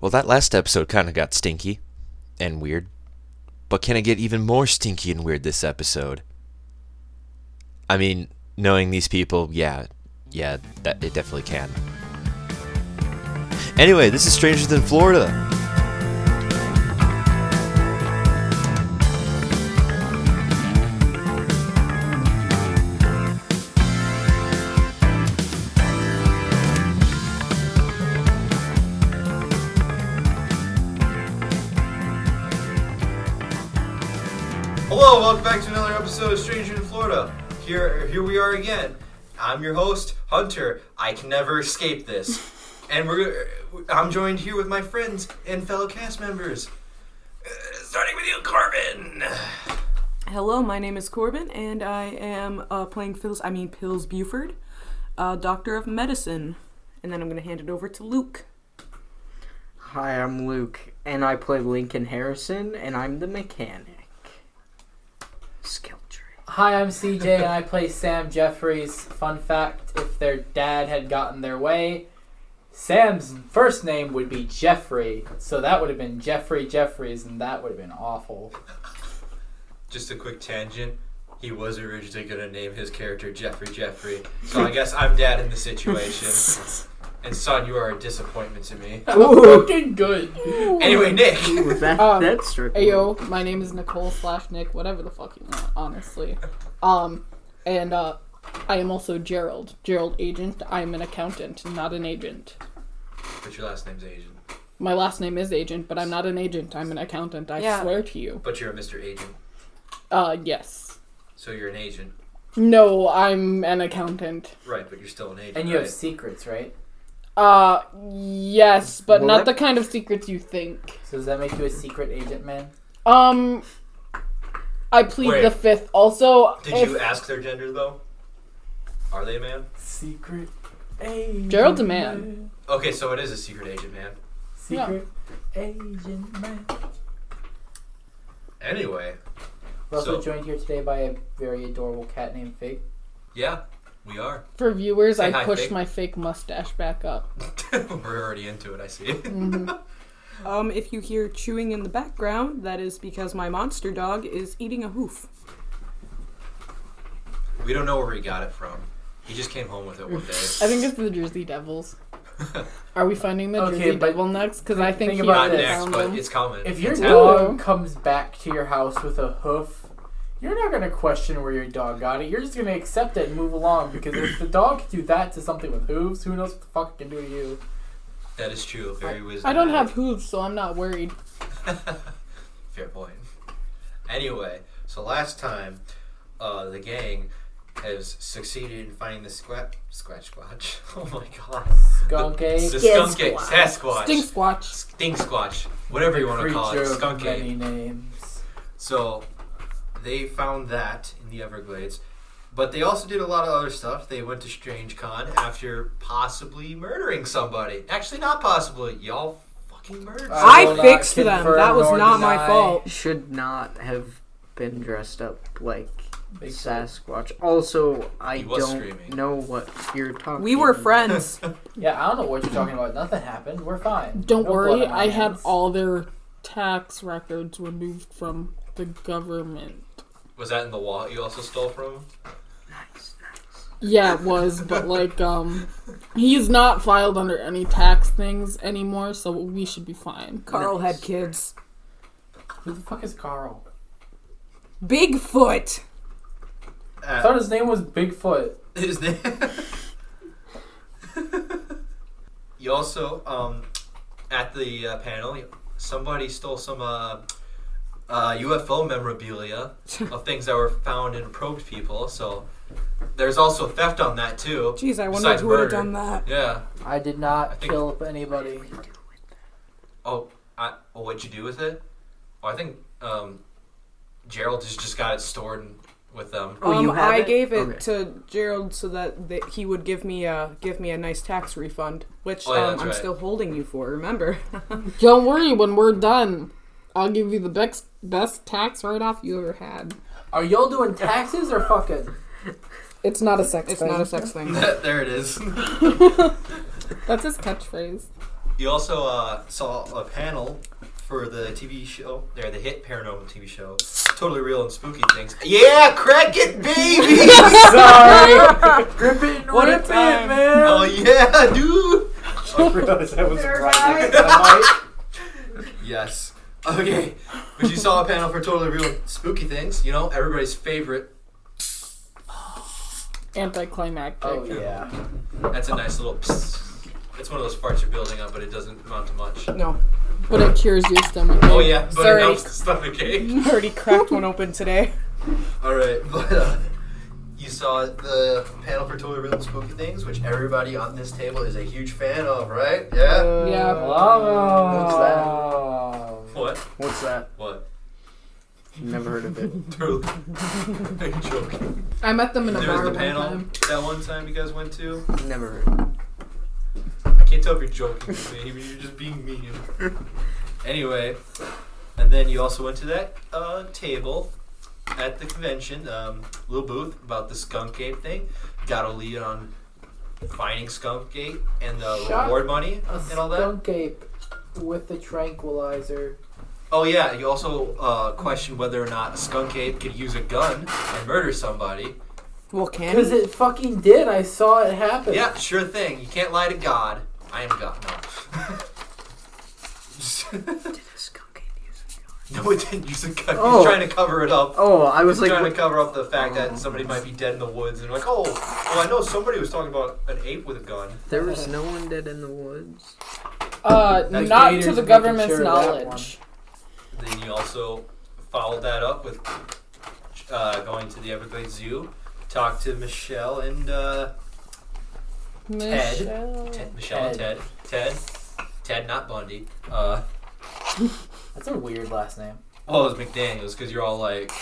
Well, that last episode kind of got stinky and weird. But can it get even more stinky and weird this episode? I mean, knowing these people, yeah, yeah, that it definitely can. Anyway, this is Strangers in Florida. Hello, welcome back to another episode of Stranger in Florida. Here, here we are again. I'm your host, Hunter. I can never escape this, and we're. I'm joined here with my friends and fellow cast members. Uh, Starting with you, Corbin. Hello, my name is Corbin, and I am uh, playing Phil's, I mean Pills Buford, uh, Doctor of Medicine. And then I'm going to hand it over to Luke. Hi, I'm Luke, and I play Lincoln Harrison, and I'm the mechanic. Skill tree. Hi, I'm CJ, and I play Sam Jeffries. Fun fact if their dad had gotten their way, Sam's first name would be Jeffrey, so that would have been Jeffrey Jeffries, and that would have been awful. Just a quick tangent. He was originally going to name his character Jeffrey Jeffrey, so I guess I'm dad in the situation. And son, you are a disappointment to me. Fucking good. Anyway, Nick. Ooh, that, Um, that's strictly. Ayo, my name is Nicole slash Nick, whatever the fuck you want, honestly. Um, and uh, I am also Gerald. Gerald Agent. I am an accountant, not an agent. But your last name's Asian. My last name is Agent, but I'm not an agent. I'm an accountant. I Yeah. swear to you. But you're a Mr. Agent, Uh, yes. so you're an agent, No, I'm an accountant. right? But you're still an agent. And you have right? secrets, right? Uh, yes, but What? not the kind of secrets you think. So does that make you a secret agent, man? Um, I plead Wait. the fifth. Also, Did if you ask their gender though? Are they a man? Secret agent. Gerald's a man. Okay, so it is a secret agent, man. Secret agent man. Anyway, We're also So- joined here today by a very adorable cat named Fig. yeah, we are. for viewers, Say I hi, pushed Fig. my fake mustache back up. We're already into it. I see. Mm-hmm. Um, if you hear chewing in the background, that is because my monster dog is eating a hoof. we don't know where he got it from. He just came home with it one day. I think it's the Jersey Devils. Are we finding the Okay, Jersey but Devil next? Because I think, think he Um, about Not might this. have next, found but them. it's coming. If your It's happening. dog comes back to your house with a hoof, you're not gonna question where your dog got it. You're just gonna accept it and move along because if the dog can do that to something with hooves, who knows what the fuck it can do to you? that is true. Very wisdom. I don't have hooves, so I'm not worried. Fair point. Anyway, so last time, uh, the gang has succeeded in finding the squat squatch squatch. Oh my god. Skunk The, ape, the skunk ape, Sasquatch. Stink Squatch. Stink squatch. Whatever you want to call it. creature of Skunk ape. many names. So they found that in the Everglades. But they also did a lot of other stuff. They went to Strange Con after possibly murdering somebody. Actually, not possibly. Y'all fucking murdered somebody. I, will not fixed them. confirm That was nor not my deny. fault. Should not have been dressed up like Big Sasquatch. Also, I He was don't screaming. know what you're talking. We were about. friends. Yeah, I don't know what you're talking about. Nothing happened. We're fine. Don't No worry, blood on my I had hands. all their tax records removed from the government. Was that in the wallet you also stole from him? Nice. Yeah, it was, but like, um, he's not filed under any tax things anymore, so we should be fine. Carl had kids. Who the fuck is Carl? Bigfoot! I Uh, thought his name was Bigfoot. his name. you also, um, at the uh, panel, somebody stole some uh, uh, UFO memorabilia of things that were found in probed people. So there's also theft on that too. Jeez, I wondered Besides who would have murder. done that. Yeah. I did not I think- kill anybody. Oh, I, well, what'd you do with it? Well, I think um, Gerald just just got it stored in- with them. Oh, um, you have I it? gave it Okay. to Gerald so that, that he would give me a give me a nice tax refund, which Oh, yeah, um, that's I'm right. still holding you for. Remember? Don't worry, when we're done, I'll give you the best, best tax write off you ever had. Are y'all doing taxes or fucking? It's not a sex It's not a sex thing. there it is. That's his catchphrase. You also uh, saw a panel for the TV show, there, the hit paranormal TV show, Totally Real and Spooky Things. Yeah, crack it, baby! Sorry. Grip it and What a rip it, time. man. oh yeah, dude. I realized I was They're right right. next to the Yes. Okay, but you saw a panel for Totally Real and Spooky Things. You know, everybody's favorite. Anticlimactic. mic. Oh yeah. That's a nice little. Psst. It's one of those farts you're building up, but it doesn't amount to much. No. But it cures your stomach. Oh yeah, but Sorry. it helps the stomach ache. I already cracked one open today. All right, but uh, you saw the panel for Totally Real and Spooky Things, which everybody on this table is a huge fan of, right? Uh, Yeah. Yeah. Bravo. What? What's that? What? Never heard of it. Totally. I'm joking. I met them in a There was bar the one panel time. that one time you guys went to. Never heard. Of it. I can't tell if you're joking with me, but you're just being mean. anyway, and then you also went to that uh, table at the convention, um, little booth about the skunk ape thing. Got a lead on finding skunk ape and the Shut reward money A and all that. skunk ape with the tranquilizer. Oh yeah, you also uh, questioned whether or not a skunk ape could use a gun and murder somebody. Well, can Because it fucking did. I saw it happen. Yeah, sure thing. You can't lie to God. I am God. No. no, it didn't use a gun. Oh. He's trying to cover it up. Oh, I was He's like, trying to what- cover up the fact that somebody might be dead in the woods and like, oh, well, I know somebody was talking about an ape with a gun. there was no one dead in the woods. Uh, That's not Vader's to the making government's sure of that knowledge. Then you also followed that up with uh, going to the Everglades Zoo, talked to Michelle and uh, Ted. Michelle. Ted, Michelle and Ted. Ted. Ted, not Bundy. Uh, That's a weird last name. well, it was McDaniels because you're all like,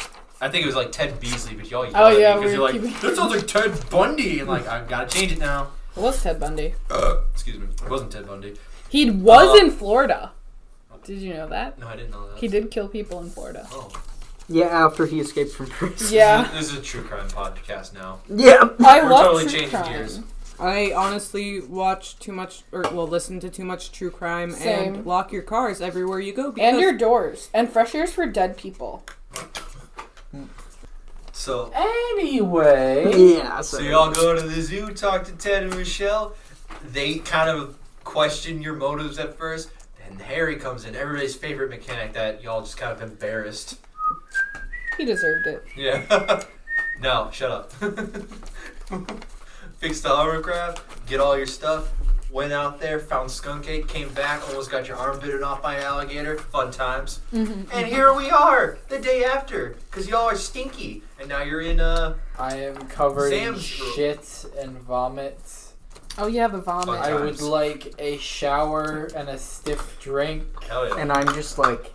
I think it was like Ted Beasley, but y'all yelled Oh, yeah, we because were you're like, keeping- that sounds like Ted Bundy, and like I've got to change it now. What's Ted Bundy? Uh, excuse me, it wasn't Ted Bundy. He was Uh, in Florida. Did you know that? No, I didn't know that. He did kill people in Florida. Oh, Yeah, after he escaped from prison. Yeah. This is a true crime podcast now. Yeah. I We're love totally true changing crime. gears. I honestly watch too much, or well, listen to too much true crime Same. and lock your cars everywhere you go. Because And your doors. And fresh air's for dead people. So, Anyway. Yeah. so y'all go to the zoo, talk to Ted and Michelle. They kind of question your motives at first. Then Harry comes in, everybody's favorite mechanic that y'all just kind of embarrassed. He deserved it. Yeah. no, shut up. Fixed the hovercraft, get all your stuff, went out there, found skunk ape, came back, almost got your arm bitten off by an alligator. Fun times. Mm-hmm, And here we are, the day after, because y'all are stinky. And now you're in, uh, I am covered in Sam's room. shit and vomit. Oh, yeah, the vomit. Fun I would Times. like a shower and a stiff drink. hell yeah. And I'm just like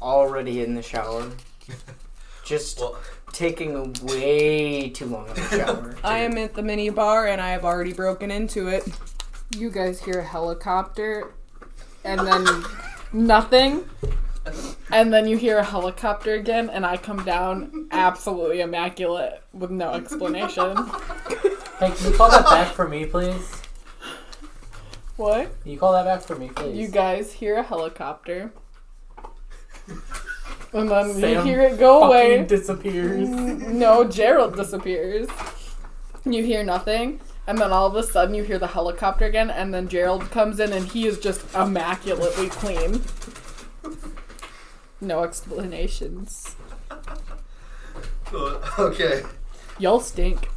already in the shower. Just Well- taking way too long of a shower. I am at the mini bar and I have already broken into it. You guys hear a helicopter and then nothing. And then you hear a helicopter again, and I come down absolutely immaculate with no explanation. Hey, can you call that back for me, please? what? Can you call that back for me, please? You guys hear a helicopter. And then you Sam hear it go fucking away. disappears. No, Gerald disappears. You hear nothing, and then all of a sudden you hear the helicopter again, and then Gerald comes in and he is just immaculately clean. No explanations. Uh, okay. Y'all stink.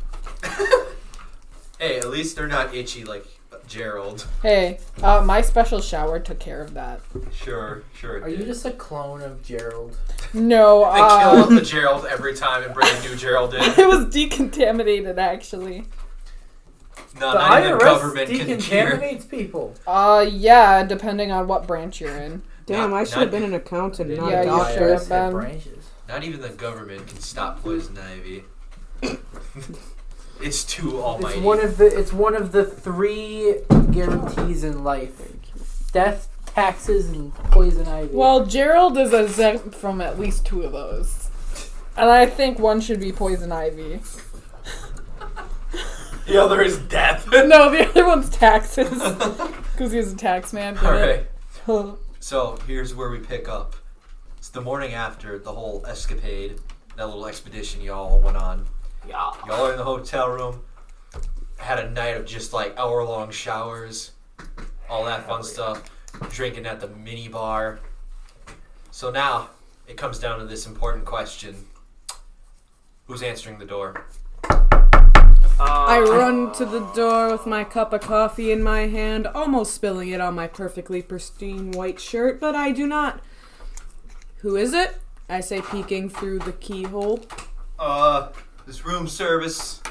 Hey, at least they're not itchy like Gerald. Hey, uh, my special shower took care of that. Sure, sure. it Are you did. just Ah. a clone of Gerald? No, They kill uh, the Gerald every time and bring a new Gerald in. it was decontaminated actually. No, The not even IRS government can cure. decontaminates people. Uh, yeah, depending on what branch you're in. Damn, Not- I should have not- been an accountant, not Yeah, a you doctor. should. IRS have had been. branches. Not even the government can stop poison ivy. it's too almighty. It's one of the it's one of the three guarantees in life: death, taxes, and poison ivy. Well, Gerald is exempt from at least two of those, and I think one should be poison ivy. The other is death. No, the other one's taxes. Because he's a tax man. get All it? right. So here's where we pick up. It's the morning after the whole escapade, that little expedition y'all went on. Yeah. Y'all are in the hotel room. Had a night of just like hour long showers, all that fun stuff, drinking at the mini bar. So now it comes down to this important question Who's answering the door? I run to the door with my cup of coffee in my hand, almost spilling it on my perfectly pristine white shirt, but I do not. Who is it? I say, peeking through the keyhole. Uh, this room service.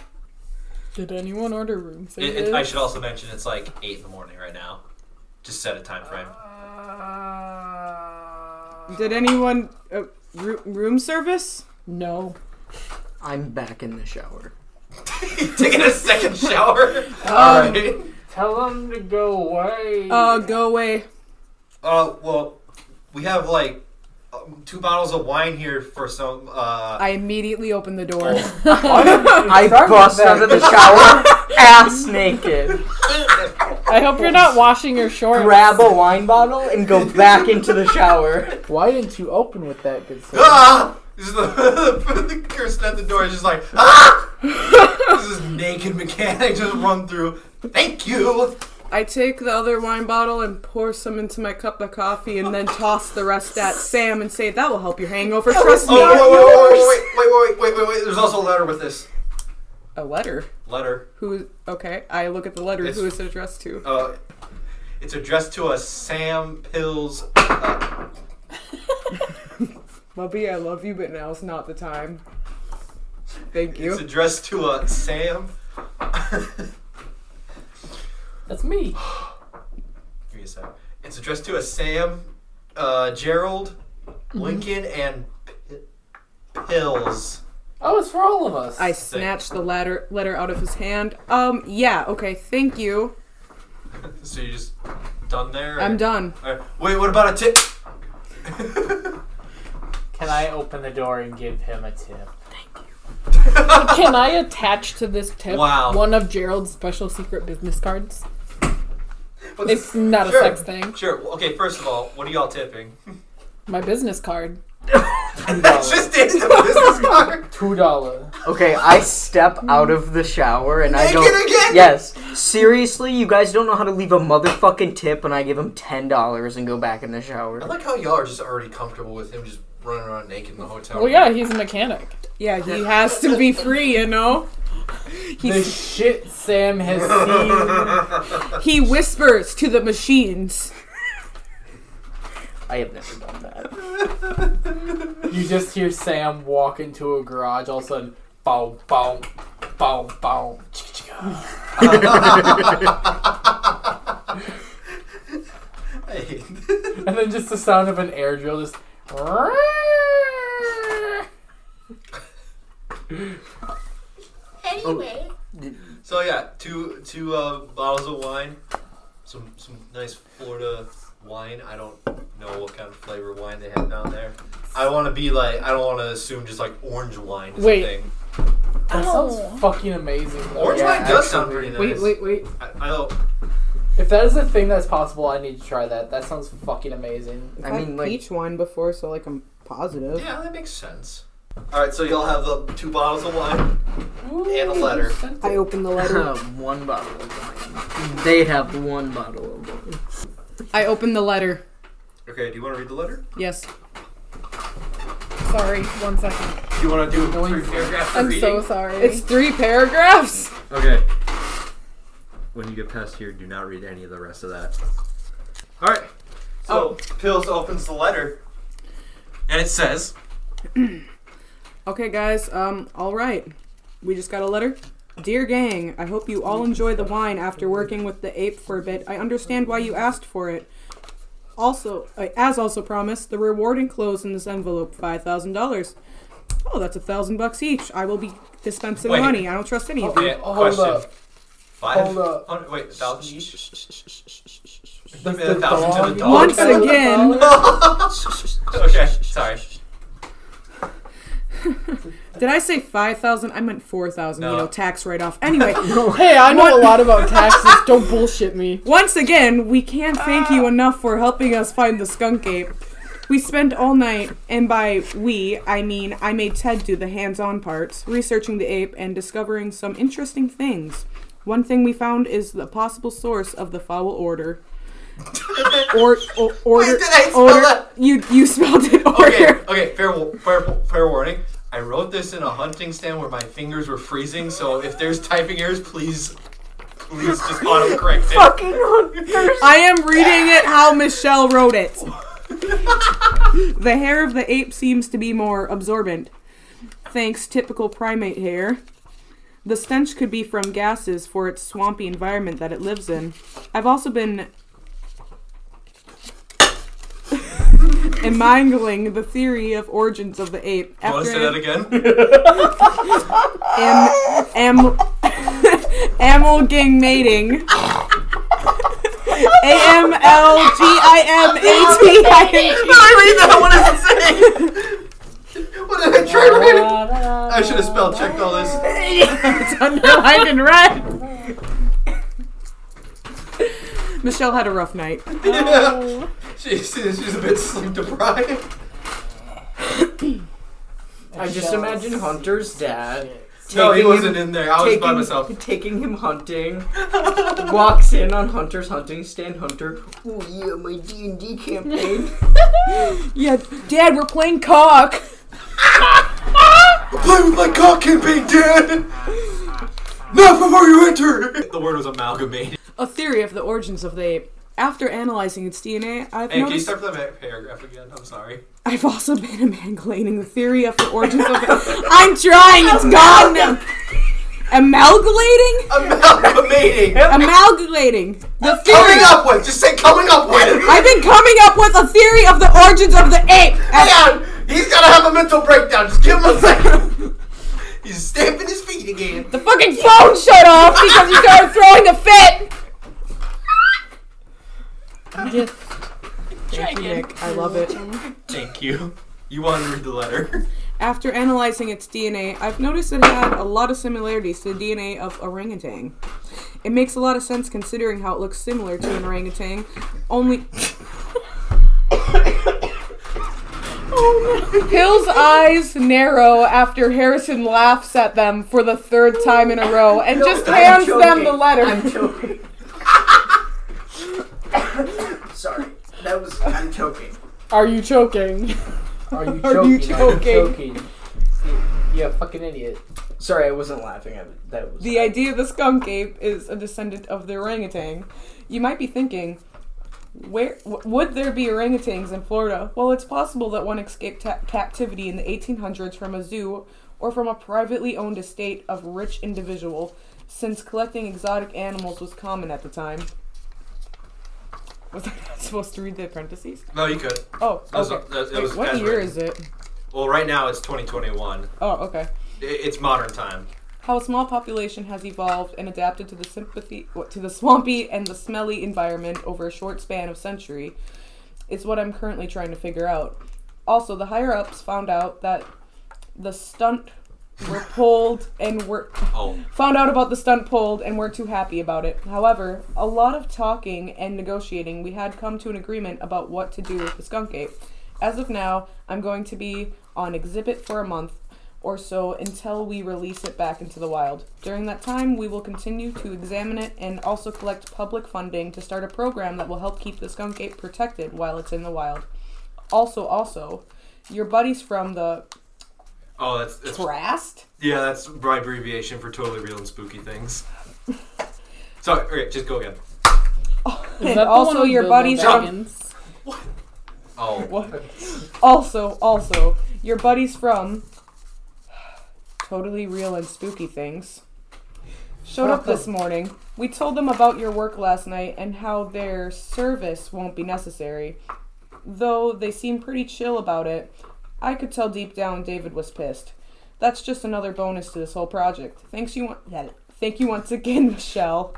Did anyone order room It, it, I Mm-hmm. service? should also mention it's like 8 in the morning right now. Just set a time frame. Did anyone. Uh, ro- room service? No. I'm back in the shower. Taking a second shower. All right. Alright. Tell him to go away. Uh, go away. Uh, well, we have like um, two bottles of wine here for some. Uh, I immediately open the door. I bust out of the shower, ass naked, I hope you're not washing your shorts. grab a wine bottle, and go back into the shower. Why didn't you open with that good sir? ah! This is the, the person at the door is just like ah! this is naked mechanic just run through. Thank you. I take the other wine bottle and pour some into my cup of coffee and then toss the rest at Sam and say, That will help your hangover, trust Oh, me. wait, wait, wait, wait, wait, wait, wait, wait, wait, wait. There's also a letter with this A letter. letter. Who? Okay, I look at the letter. It's- Who is it addressed to? Uh, it's addressed to us, Sam Pills. Uh, Mubby, I love you, but now's not the time. Thank it's you. addressed to us, Sam. That's me. Give me a sec. It's addressed to a Sam, uh, Gerald, Lincoln, and P- Pills. Oh, it's for all of us. I snatched the letter letter out of his hand. Um, yeah, okay, thank you. So you just done there? I'm done. Alright. Wait, what about a tip? Can I open the door and give him a tip? Can I attach to this tip Wow. one of Gerald's special secret business cards? It's not a Sure. sex thing. Sure. well, Okay. First of all, what are y'all tipping? My business card. That's just it. The business card. Two dollar. Okay, I step out of the shower and I Naked go. again? Yes, seriously, you guys don't know how to leave a motherfucking tip, and I give him ten dollars and go back in the I shower. like how y'all are just already comfortable with him just running around naked in the hotel. Well, room. Oh, yeah, he's a mechanic. Yeah, he has to be free, you know. The shit Sam has seen. He whispers to the machines. I have never done that. You just hear Sam walk into a garage. All of a sudden, bow, bow, bow, bow. Hey. And then just the sound of an air drill just. so yeah, two two uh, bottles of wine, some some nice Florida wine. I don't know what kind of flavor wine they have down there. I want to be like I don't want to assume just like orange wine is Wait. a thing. That Ow. sounds fucking amazing. though. Orange Yeah, wine does sound actually. pretty nice. Wait, wait, wait. I, I don't. If that is a thing that's possible, I need to try that. That sounds fucking amazing. I mean, like, peach wine before, so like I'm positive. Yeah, that makes sense. All right, so y'all have the two bottles of wine and a letter. I open the letter. one bottle of wine. They have one bottle of wine. I open the letter. Okay, do you want to read the letter? Yes. Sorry, one second. Do you want to do Going three for- paragraphs of I'm reading? so sorry. It's three paragraphs. Okay. When you get past here, do not read any of the rest of that. All right. So Oh. Pills opens the letter, and it says, Okay, guys. Um, all right. We just got a letter. Dear gang, I hope you all enjoy the wine after working with the ape for a bit. I understand why you asked for it. Also, uh, as also promised, the reward enclosed in this envelope five thousand dollars. Oh, that's a thousand bucks each. I will be dispensing Wait. money. I don't trust any of you. Yeah, hold question. up. Five. Hold up. hundred- wait, thousand. Does Yeah, the thousand to dog the dollar. want Once again. $1,000? Okay, sorry. Did I say 5,000? I meant 4,000, you No. know, tax write off. Anyway, Hey, I know What- a lot about taxes. Don't bullshit me. once again, we can't thank Ah. you enough for helping us find the skunk ape. We spent all night, and by we, I mean I made Ted do the hands on parts, researching the ape and discovering some interesting things. One thing we found is the possible source of the foul order. Or, or order, did I spell order. that? You you spelled it order. Okay, okay, fair, wa- fair, fair warning. I wrote this in a hunting stand where my fingers were freezing, so if there's typing errors, please, please just autocorrect it. Fucking hunters. I am reading it how Michelle wrote it. the hair of the ape seems to be more absorbent. Thanks, typical primate hair. The stench could be from gases for its swampy environment that it lives in. I've also been immangling the theory of origins of the ape. You want to say that again? am am amalgam mating. A M L G I M A T I N G. I read that. What does it say? What did I try reading? I should have spell checked all this. It's underlined in red. Michelle had a rough night. Yeah. She's, she's a bit sleep deprived. I just imagine Hunter's dad. No, he taking wasn't him- in there. I was by myself. Taking him hunting, walks in on Hunter's hunting stand. Hunter, oh yeah, my D and D campaign. Yeah, Dad, we're playing cock. Play with my cock campaign, Dad! Not before you enter! The word was amalgamated. A theory of the origins of the ape. After analyzing its DNA, I've Hey, can you noticed start from that paragraph again? I'm sorry. I've also been immangling the theory of the origins of the. I'm trying. It's gone. now. Amalgamating. Amalgamating! amalgamating the Coming theory. up with! Just say coming up with! I've been coming up with a theory of the origins of the ape. Hang on! He's gotta have a mental breakdown. Just give him a second. He's stamping his feet again. The fucking phone shut off because you started throwing a fit. Thank you, Nick. I love it. Thank you. You want to read the letter? After analyzing its DNA, I've noticed it had a lot of similarities to the DNA of orangutan. It makes a lot of sense considering how it looks similar to an orangutan, only. Hill's eyes narrow after Harrison laughs at them for the third time in a row and just I'm hands them joking. the letter. I'm joking. Sorry, that was I'm joking. Are you choking? Are you joking? Are you joking? You, are a fucking idiot. Sorry, I wasn't laughing. I, that was The idea of the skunk ape is a descendant of the orangutan. You might be thinking, where w- would there be orangutans in Florida? Well, it's possible that one escaped ta- captivity in the 1800s from a zoo or from a privately owned estate of rich individual, since collecting exotic animals was common at the time. Was I not supposed to read the parentheses? No, you could. Oh, That was- okay. that- that Wait, was what kind of year written. is it? Well, right now it's 2021. Oh, okay. I- It's modern time. how a small population has evolved and adapted to the sympathy what- to the swampy and the smelly environment over a short span of century is what I'm currently trying to figure out. Also, the higher ups found out that the stunt were pulled and were Oh. found out about the stunt pulled and weren't too happy about it. However, a lot of talking and negotiating, we had come to an agreement about what to do with the skunk ape. As of now, I'm going to be on exhibit for a month or so until we release it back into the wild. During that time, we will continue to examine it and also collect public funding to start a program that will help keep the skunk ape protected while it's in the wild. Also, also, your buddies from the Oh, that's, that's Trast? Yeah, that's my abbreviation for totally real and spooky things. Sorry, okay, just go again. Is And that the also one with your Bilbo buddies from Baggins? Oh, What? Also, also, your buddies from Totally Real and Spooky Things showed up this morning. We told them about your work last night and how their service won't be necessary. Though they seem pretty chill about it, I could tell deep down David was pissed. That's just another bonus to this whole project. Thanks you want thank you once again, Michelle.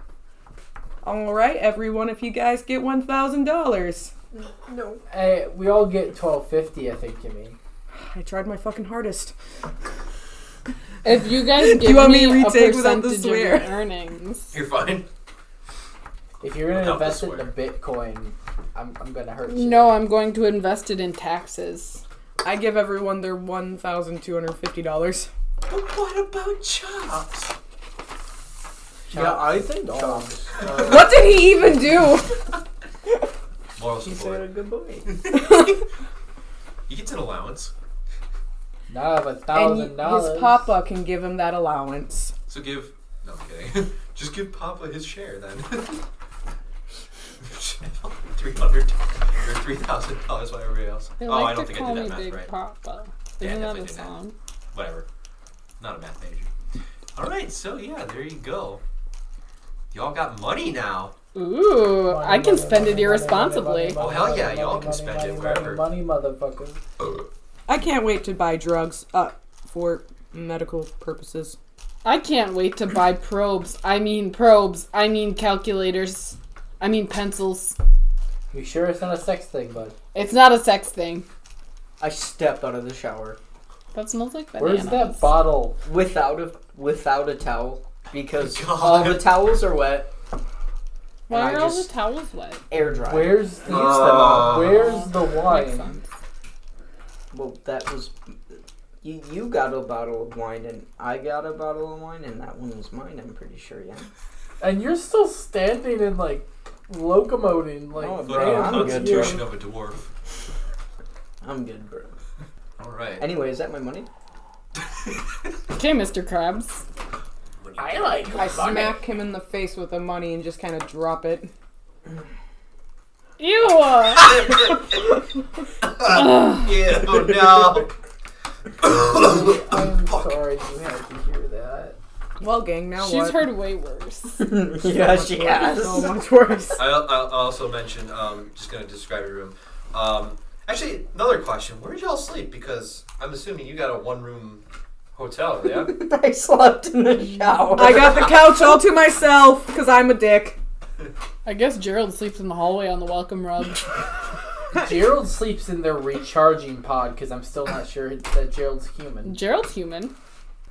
All right, everyone, if you guys get $1,000. Hey, we all get twelve fifty. I think, Jimmy. I tried my fucking hardest. If you guys give you want me, me to a retake without the percentage of swear? your earnings, You're fine. If you're gonna Without the invest it into Bitcoin, I'm, I'm gonna hurt you. no, I'm going to invest it in taxes. I give everyone their one thousand two hundred fifty dollars. But what about chops? Yeah, I think What did he even do? Moral He's a support. good boy. He gets an allowance. Nah, but And thousand y- dollars. his papa can give him that allowance. So give. No, I'm kidding. Just give Papa his share then. Three hundred or three thousand dollars, whatever everybody else. They oh, like I don't to think I call did me that math Big right. Papa. Yeah, Isn't that definitely a did that. song? Whatever. Not a math major. All right, so yeah, there you go. Y'all got money now. Ooh, Money, I can money, spend money, it money, irresponsibly. money, money, Oh, hell money, yeah, money, y'all can money, spend money, it money, wherever. Money, motherfucker. I can't wait to buy drugs uh, for medical purposes. I can't wait to buy probes. I mean probes. I mean calculators. I mean pencils. You sure it's not a sex thing, bud? It's not a sex thing. I stepped out of the shower That smells like Where's bananas. that bottle? without a without a towel because God. all the towels are wet. and Why I are all the just towels wet? air dry? Where's the Uh. where's the Makes wine? sense. Well, that was you. You got a bottle of wine and I got a bottle of wine and that one was mine. I'm pretty sure. Yeah. And you're still standing and like locomoting like Oh, Look Bro, at I'm the good, constitution of a dwarf. I'm good, bro. All right. Anyway, is that my money? Okay, Mr. Krabs. When you I get- like I smack him in the face with the money and just kind of drop it. Ew! Yeah, oh no. Oh, I'm sorry you had to hear that. Well, gang, now what? She's heard way worse. yeah, she has. so much worse. I, I also mentioned, um, just going to describe your room. Um, actually, another question. Where did y'all sleep? Because I'm assuming you got a one room hotel, yeah? I slept in the shower. I got the couch all to myself because I'm a dick. I guess Gerald sleeps in the hallway on the welcome rug. Gerald sleeps in their recharging pod because I'm still not sure that Gerald's human. Gerald's human.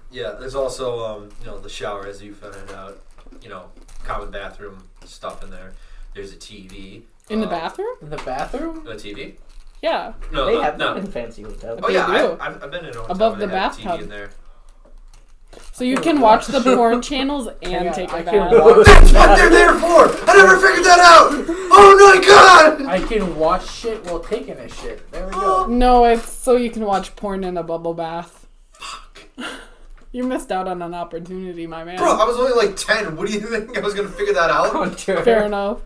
yeah, there's also, um, you know, the shower, as you found out. You know, common bathroom stuff in there. There's a TV. In the uh, bathroom? In the bathroom? A TV? Yeah. No, They no, have no. them in fancy hotels. Oh, They yeah, do. I, I've, I've been in a hotel Above the where they have a TV bathtub. in there. So you can watch the porn channels and Yeah, take I a can bath. watch- That's what they're there for! I never figured that out! Oh my god! I can watch shit while taking a shit. There we go. No, it's so you can watch porn in a bubble bath. You missed out on an opportunity, my man. Bro, I was only like 10. What do you think I was gonna figure that out? Fair enough.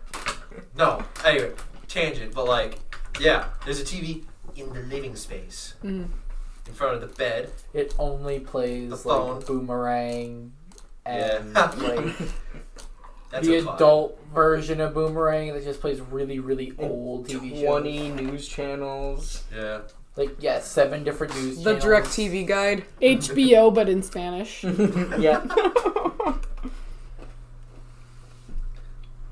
No. Anyway, tangent, but like, yeah, there's a TV in the living space. In front of the bed. It only plays The like phone. boomerang and Yeah. like That's the a vibe. adult version of boomerang that just plays really, really old TV shows. Twenty news channels. Yeah. Like yeah, seven different news. The channels. direct TV guide. HBO, but in Spanish. yeah.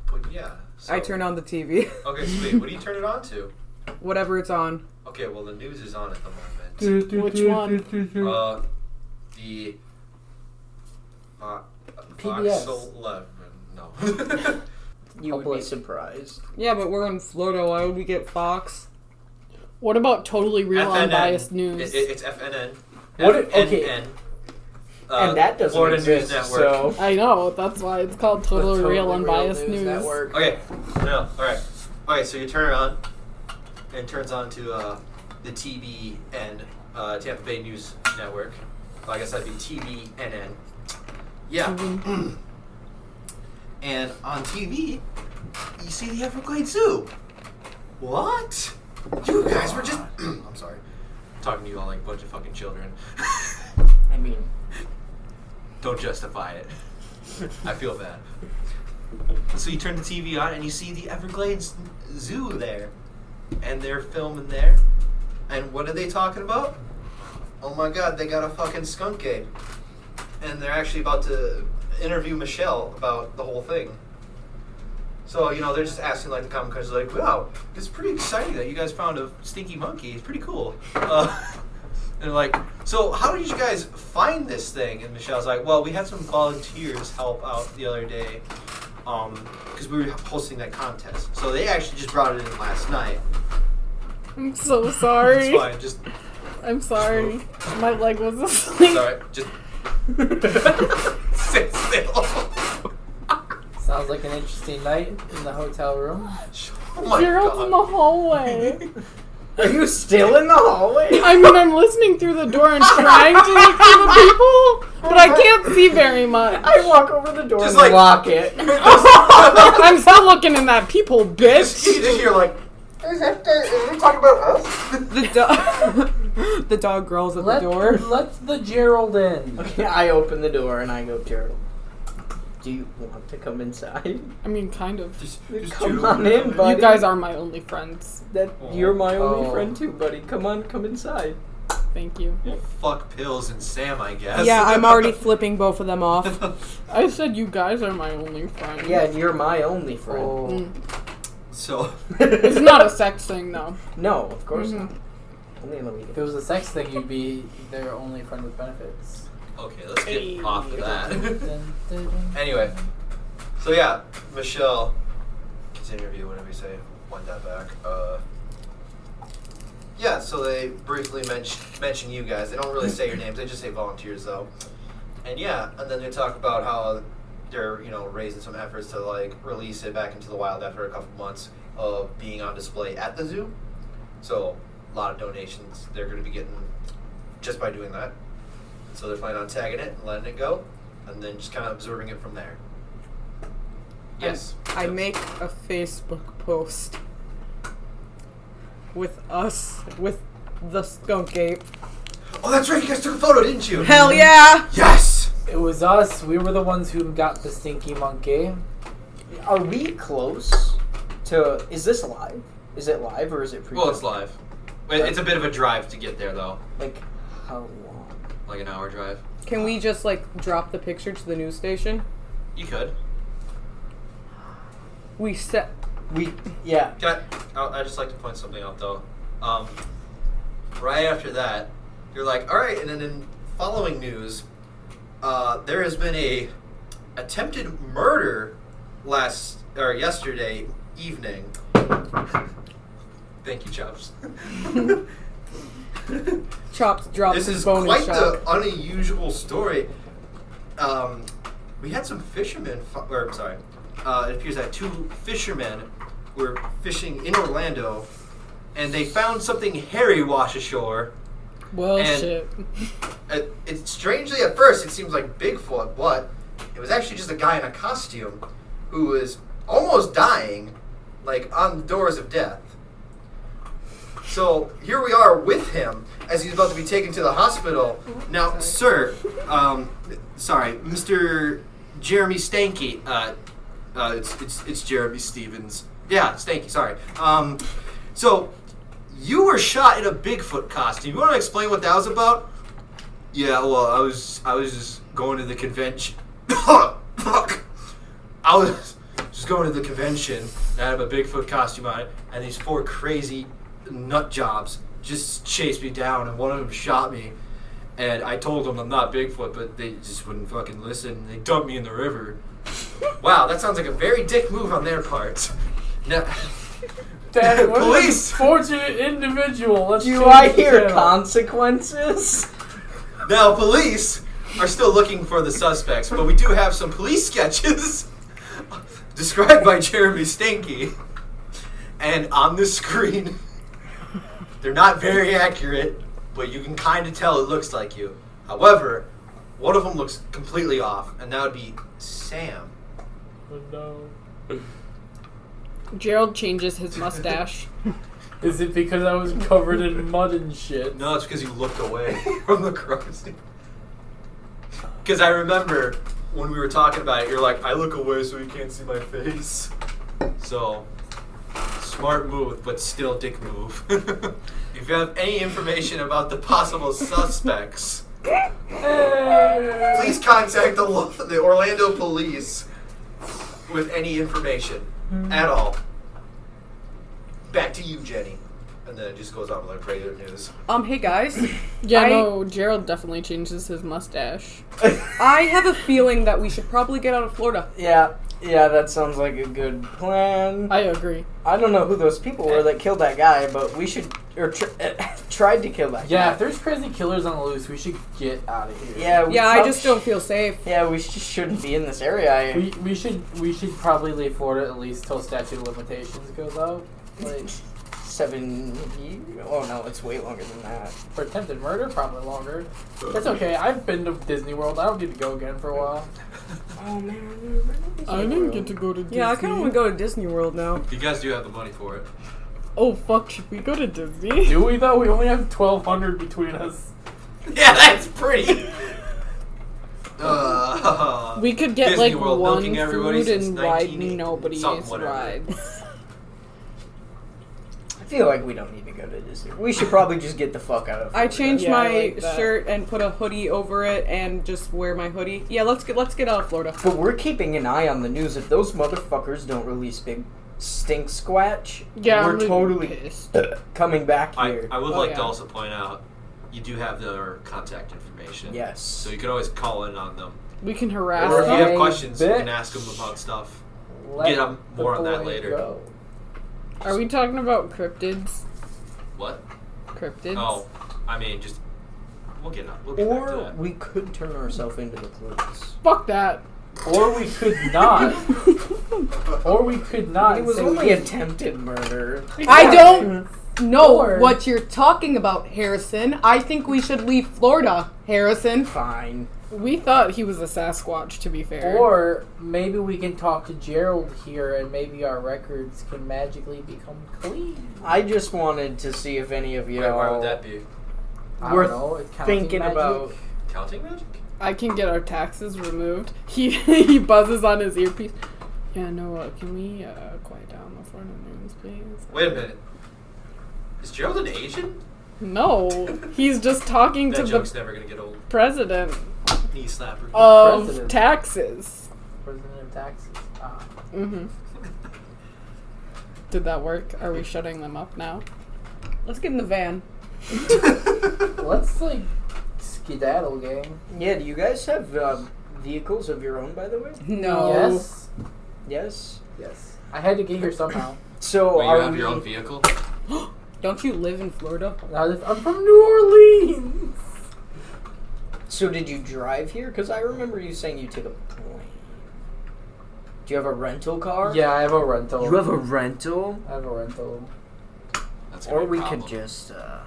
But yeah. So, I turn on the TV. Okay, sweet. What do you turn it on to? Whatever it's on. Okay, well, the news is on at the moment. Which Mm-hmm. one? Uh, the. Uh, PBS. Vox 11. No. You would be Public. surprised. Yeah, but we're in Florida. Why would we get Fox? What about totally real FNN. unbiased It, news? it, it's FNN. What it- okay. FNN. and that doesn't Uh, Florida exist. News So Network. I know, that's why it's called The Total Totally Real Unbiased News. Network. Okay. No. All right. All right. So you turn it on, and it turns on to uh, the TBN, uh, Tampa Bay News Network. Well, I guess that'd be TBNN. Yeah. and on TV, you see the Everglades Zoo. What? You guys were just. I'm sorry. Talking to you all like a bunch of fucking children. I mean, Don't justify it. I feel bad. So you turn the TV on and you see the Everglades Zoo there. And they're filming there. And what are they talking about? Oh my god, they got a fucking skunk ape. And they're actually about to interview Michelle about the whole thing. So, you know, they're just asking, like, the common questions, like, wow, it's pretty exciting that you guys found a stinky monkey. It's pretty cool. Uh, they're like, so how did you guys find this thing? And Michelle's like, well, we had some volunteers help out the other day because um, we were hosting that contest. So they actually just brought it in last night. I'm so It's sorry. fine. Just I'm sorry. My leg was asleep. sorry. Just sit still. Oh Sounds like an interesting night in the hotel room. Oh my Gerald's in the god. hallway. Are you still in the hallway? I mean, I'm listening through the door and trying to look through the people, but I can't see very much. I walk over the door Just and like- lock it. I'm still looking in that people, bitch. You just hear like, The dog. the dog growls at Let, the door. let the Gerald in. Okay, I open the door and I go, Gerald. Do you want to come inside? I mean, kind of. just, just Come do- on in, buddy. You guys are my only friends. That you're my only Oh. friend too, buddy. Come on, come inside. Thank you. Fuck pills and Sam, I guess. Yeah, I'm already flipping both of them off. I said you guys are my only friends. Yeah, and you're my only friend. Mm. so It's not a sex thing, though. no, of course Mhm. not. Only in the If it was a sex thing, you'd be their only friend with benefits. okay, let's get off of that. Dun, dun, dun. anyway, so yeah, Michelle, continue interview whenever you say one that back. Uh, yeah, so they briefly mention mention you guys. They don't really say your names. They just say volunteers though. And yeah, and then they talk about how they're you know raising some efforts to like release it back into the wild after a couple months of being on display at the zoo. So a lot of donations they're going to be getting just by doing that. So they're planning on tagging it and letting it go, and then just kind of observing it from there. Yes. I make a Facebook post with us, with the skunk ape. Oh, that's right. You guys took a photo, didn't you? Hell yeah! Yes. It was us. We were the ones who got the stinky monkey. Are we close to? Is this live? Is it live or is it pre? Well, it's live. Wait, It's a bit of a drive to get there, though. Like how long? Like an hour drive. Can we just like drop the picture to the news station? You could. We set. We yeah. Can I, I, I just like to point something out though. Um, right after that, you're like, all right, and then in following news, uh, there has been a attempted murder last or yesterday evening. Thank you, Chops. Chops drops this his is bonus quite shot. the unusual story. Um, we had some fishermen, fi- or I'm sorry, uh, it appears that two fishermen were fishing in Orlando, and they found something hairy wash ashore. Well, And- shit. It, it strangely at first it seems like Bigfoot, but it was actually just a guy in a costume who was almost dying, like on the doors of death. So here we are with him as he's about to be taken to the hospital. Now, sir, um, sorry, Mr. Jeremy Stanky. Uh, uh, it's, it's it's Jeremy Stevens. Yeah, Stanky. Sorry. Um, so you were shot in a Bigfoot costume. You want to explain what that was about? Yeah, well, I was I was just going to the convention. Fuck. I was just going to the convention. And I had a Bigfoot costume on, and these four crazy nut jobs just chased me down, and one of them shot me. And I told them I'm not Bigfoot, but they just wouldn't fucking listen. They dumped me in the river. Wow, that sounds like a very dick move on their part. Now, Dad, what Police! Police! Fortunate individual. Let's Do change I the hear channel. consequences? now police are still looking for the suspects, but we do have some police sketches described by Jeremy Stinky. And on the screen, they're not very accurate, but you can kind of tell it looks like you. However, one of them looks completely off, and that would be Sam. Oh, no. Gerald changes his mustache. Is it because I was covered in mud and shit? No, it's because you looked away from the crux. Because I remember when we were talking about it, you're like, I look away so you can't see my face. So, smart move, but still dick move. if you have any information about the possible suspects, please contact the, lo- the Orlando police with any information at all. Back to you, Jenny. And and then it just goes on with like regular news. Um, hey guys, Yeah, I- no, Gerald definitely changes his mustache. I have a feeling that we should probably get out of Florida. Yeah, yeah, that sounds like a good plan. I, I agree. don't know who those people were that killed that guy, but we should or tr- tried to kill that. Yeah, if there's crazy killers on the loose, we should get out of here. guy. yeah, we Yeah, I prob- just don't feel safe. Yeah, we just shouldn't be in this area. I, We, we should we should probably leave Florida at least till statute of limitations goes out, like seven years? Oh no, it's way longer than that. for attempted murder probably longer. That's okay. I've been to Disney World. I don't need to go again for a while. Oh man, I didn't get to go to Disney. Yeah, I kind of want to go to Disney World now. You guys do have the money for it. Oh fuck, should we go to Disney? Do we though? We only have twelve hundred between us. Yeah, that's pretty. uh, We could get Disney like World, one milking everybody food since and ride 1980, nobody's something, whatever. rides. I feel like we don't need to go to Disney. We should probably just get the fuck out of. I Florida. changed Yeah, I my like that. shirt and put a hoodie over it and just wear my hoodie. Yeah, let's get let's get out of Florida. But we're keeping an eye on the news. If those motherfuckers don't release big stink squatch, Yeah, we're I'm really totally pissed. coming back I, here. I would Oh, like to yeah. also point out, you do have their contact information. yes. So you can always call in on them, We can harass or if you have Hey, them. questions, you can bitch. ask them about stuff. Let Get on- more the on that boy later. go. Are we talking about cryptids? What? Cryptids? Oh, I mean, just we'll get up. We'll get back to Or that. we could turn ourselves into the police. Fuck that. Or we could not. or we could not. It was say only we- attempted murder. I don't know Or- what you're talking about, Harrison. I think we should leave Florida, Harrison. Fine. We thought he was a Sasquatch, to be fair. Or maybe we can talk to Gerald here, and maybe our records can magically become clean. I just wanted to see if any of Wait, why y'all would that be? I were don't know, it counts thinking in magic. about. Counting magic? I can get our taxes removed. He he buzzes on his earpiece. Yeah, Noah, can we uh, quiet down the Florida news, please? Wait a minute. Is Gerald an Asian? No, he's just talking to That joke's the never gonna get old. president Knee slapper. of President. taxes. President of taxes. Ah. hmm Did that work? Are we shutting them up now? Let's get in the van. Let's like skedaddle, gang. Yeah, do you guys have uh, vehicles of your own, by the way? Mm-hmm. No. Yes. Yes. Yes. I had to get here somehow. So Wait, you are have we, your own vehicle? Don't you live in Florida? I was- I'm from New Orleans. So did you drive here? Because I remember you saying you took a plane. Do you have a rental car? Yeah, I have a rental. You have a rental? I have a rental. That's gonna Or be a we problem. could just uh,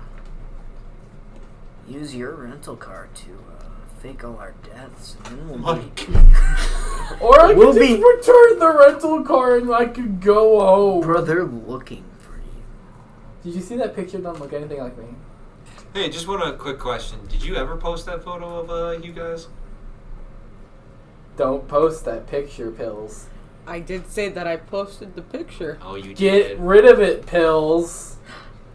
use your rental car to uh, fake all our deaths, and then we'll be. Like, Or I We'll could be- just return the rental car and I could go home. Bro, they're looking for you. Did you see that picture? Don't look anything like me. hey, just want a quick question. Did you ever post that photo of uh, you guys? Don't post that picture, pills. I did say that I posted the picture. Oh, you Get rid of it, pills.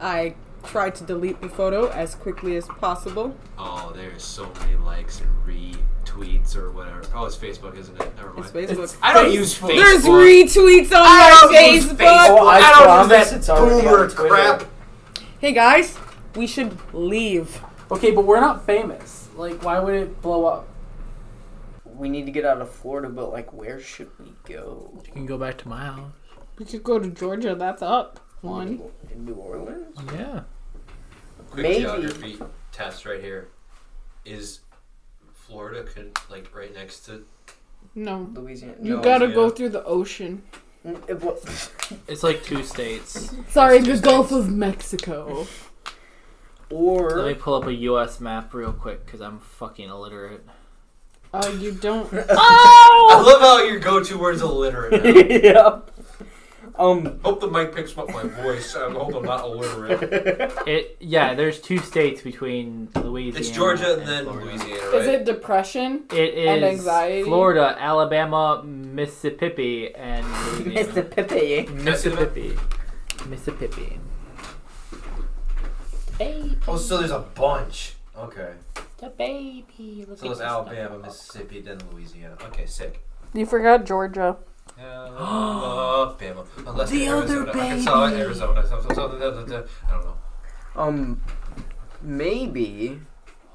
I tried to delete the photo as quickly as possible. Oh, there's so many likes and retweets or whatever. Oh, it's Facebook, isn't it? Never mind. It's Facebook. It's- I don't use Facebook. There's retweets on I my don't use Facebook. Facebook. Oh, I I don't use promise that it's already on boomer Twitter. crap. Hey guys, we should leave. Okay, but we're not famous. Like, why would it blow up? We need to get out of Florida, but like, where should we go? You can go back to my house. We could go to Georgia. That's up. One. New Orleans. Yeah. Quick Maybe. geography test right here. Is Florida con- like right next to? No. Louisiana. You No. gotta go yeah. through the ocean. Mm, it wa- It's like two states. Sorry, the Gulf of Mexico. Or pull up a U.S. map real quick because I'm fucking illiterate. Uh, you don't. I love how your go-to words illiterate. now. yep. Um. Hope the mic picks up my voice. I hope I'm not illiterate. It yeah, there's two states between Louisiana. It's Georgia and then Florida. Louisiana, right? Is it depression? It is and anxiety? Florida, Alabama, Mississippi, and Louisiana. Mr. Pepe. Mississippi. Mississippi. Oh, so there's a bunch. Okay. The baby. Look So it's Alabama, Mississippi, then Louisiana. Okay, sick. You forgot Georgia. Alabama. Unless The Arizona, other Arkansas, Arizona. so- so- so- so- so- so- I don't know. Um, maybe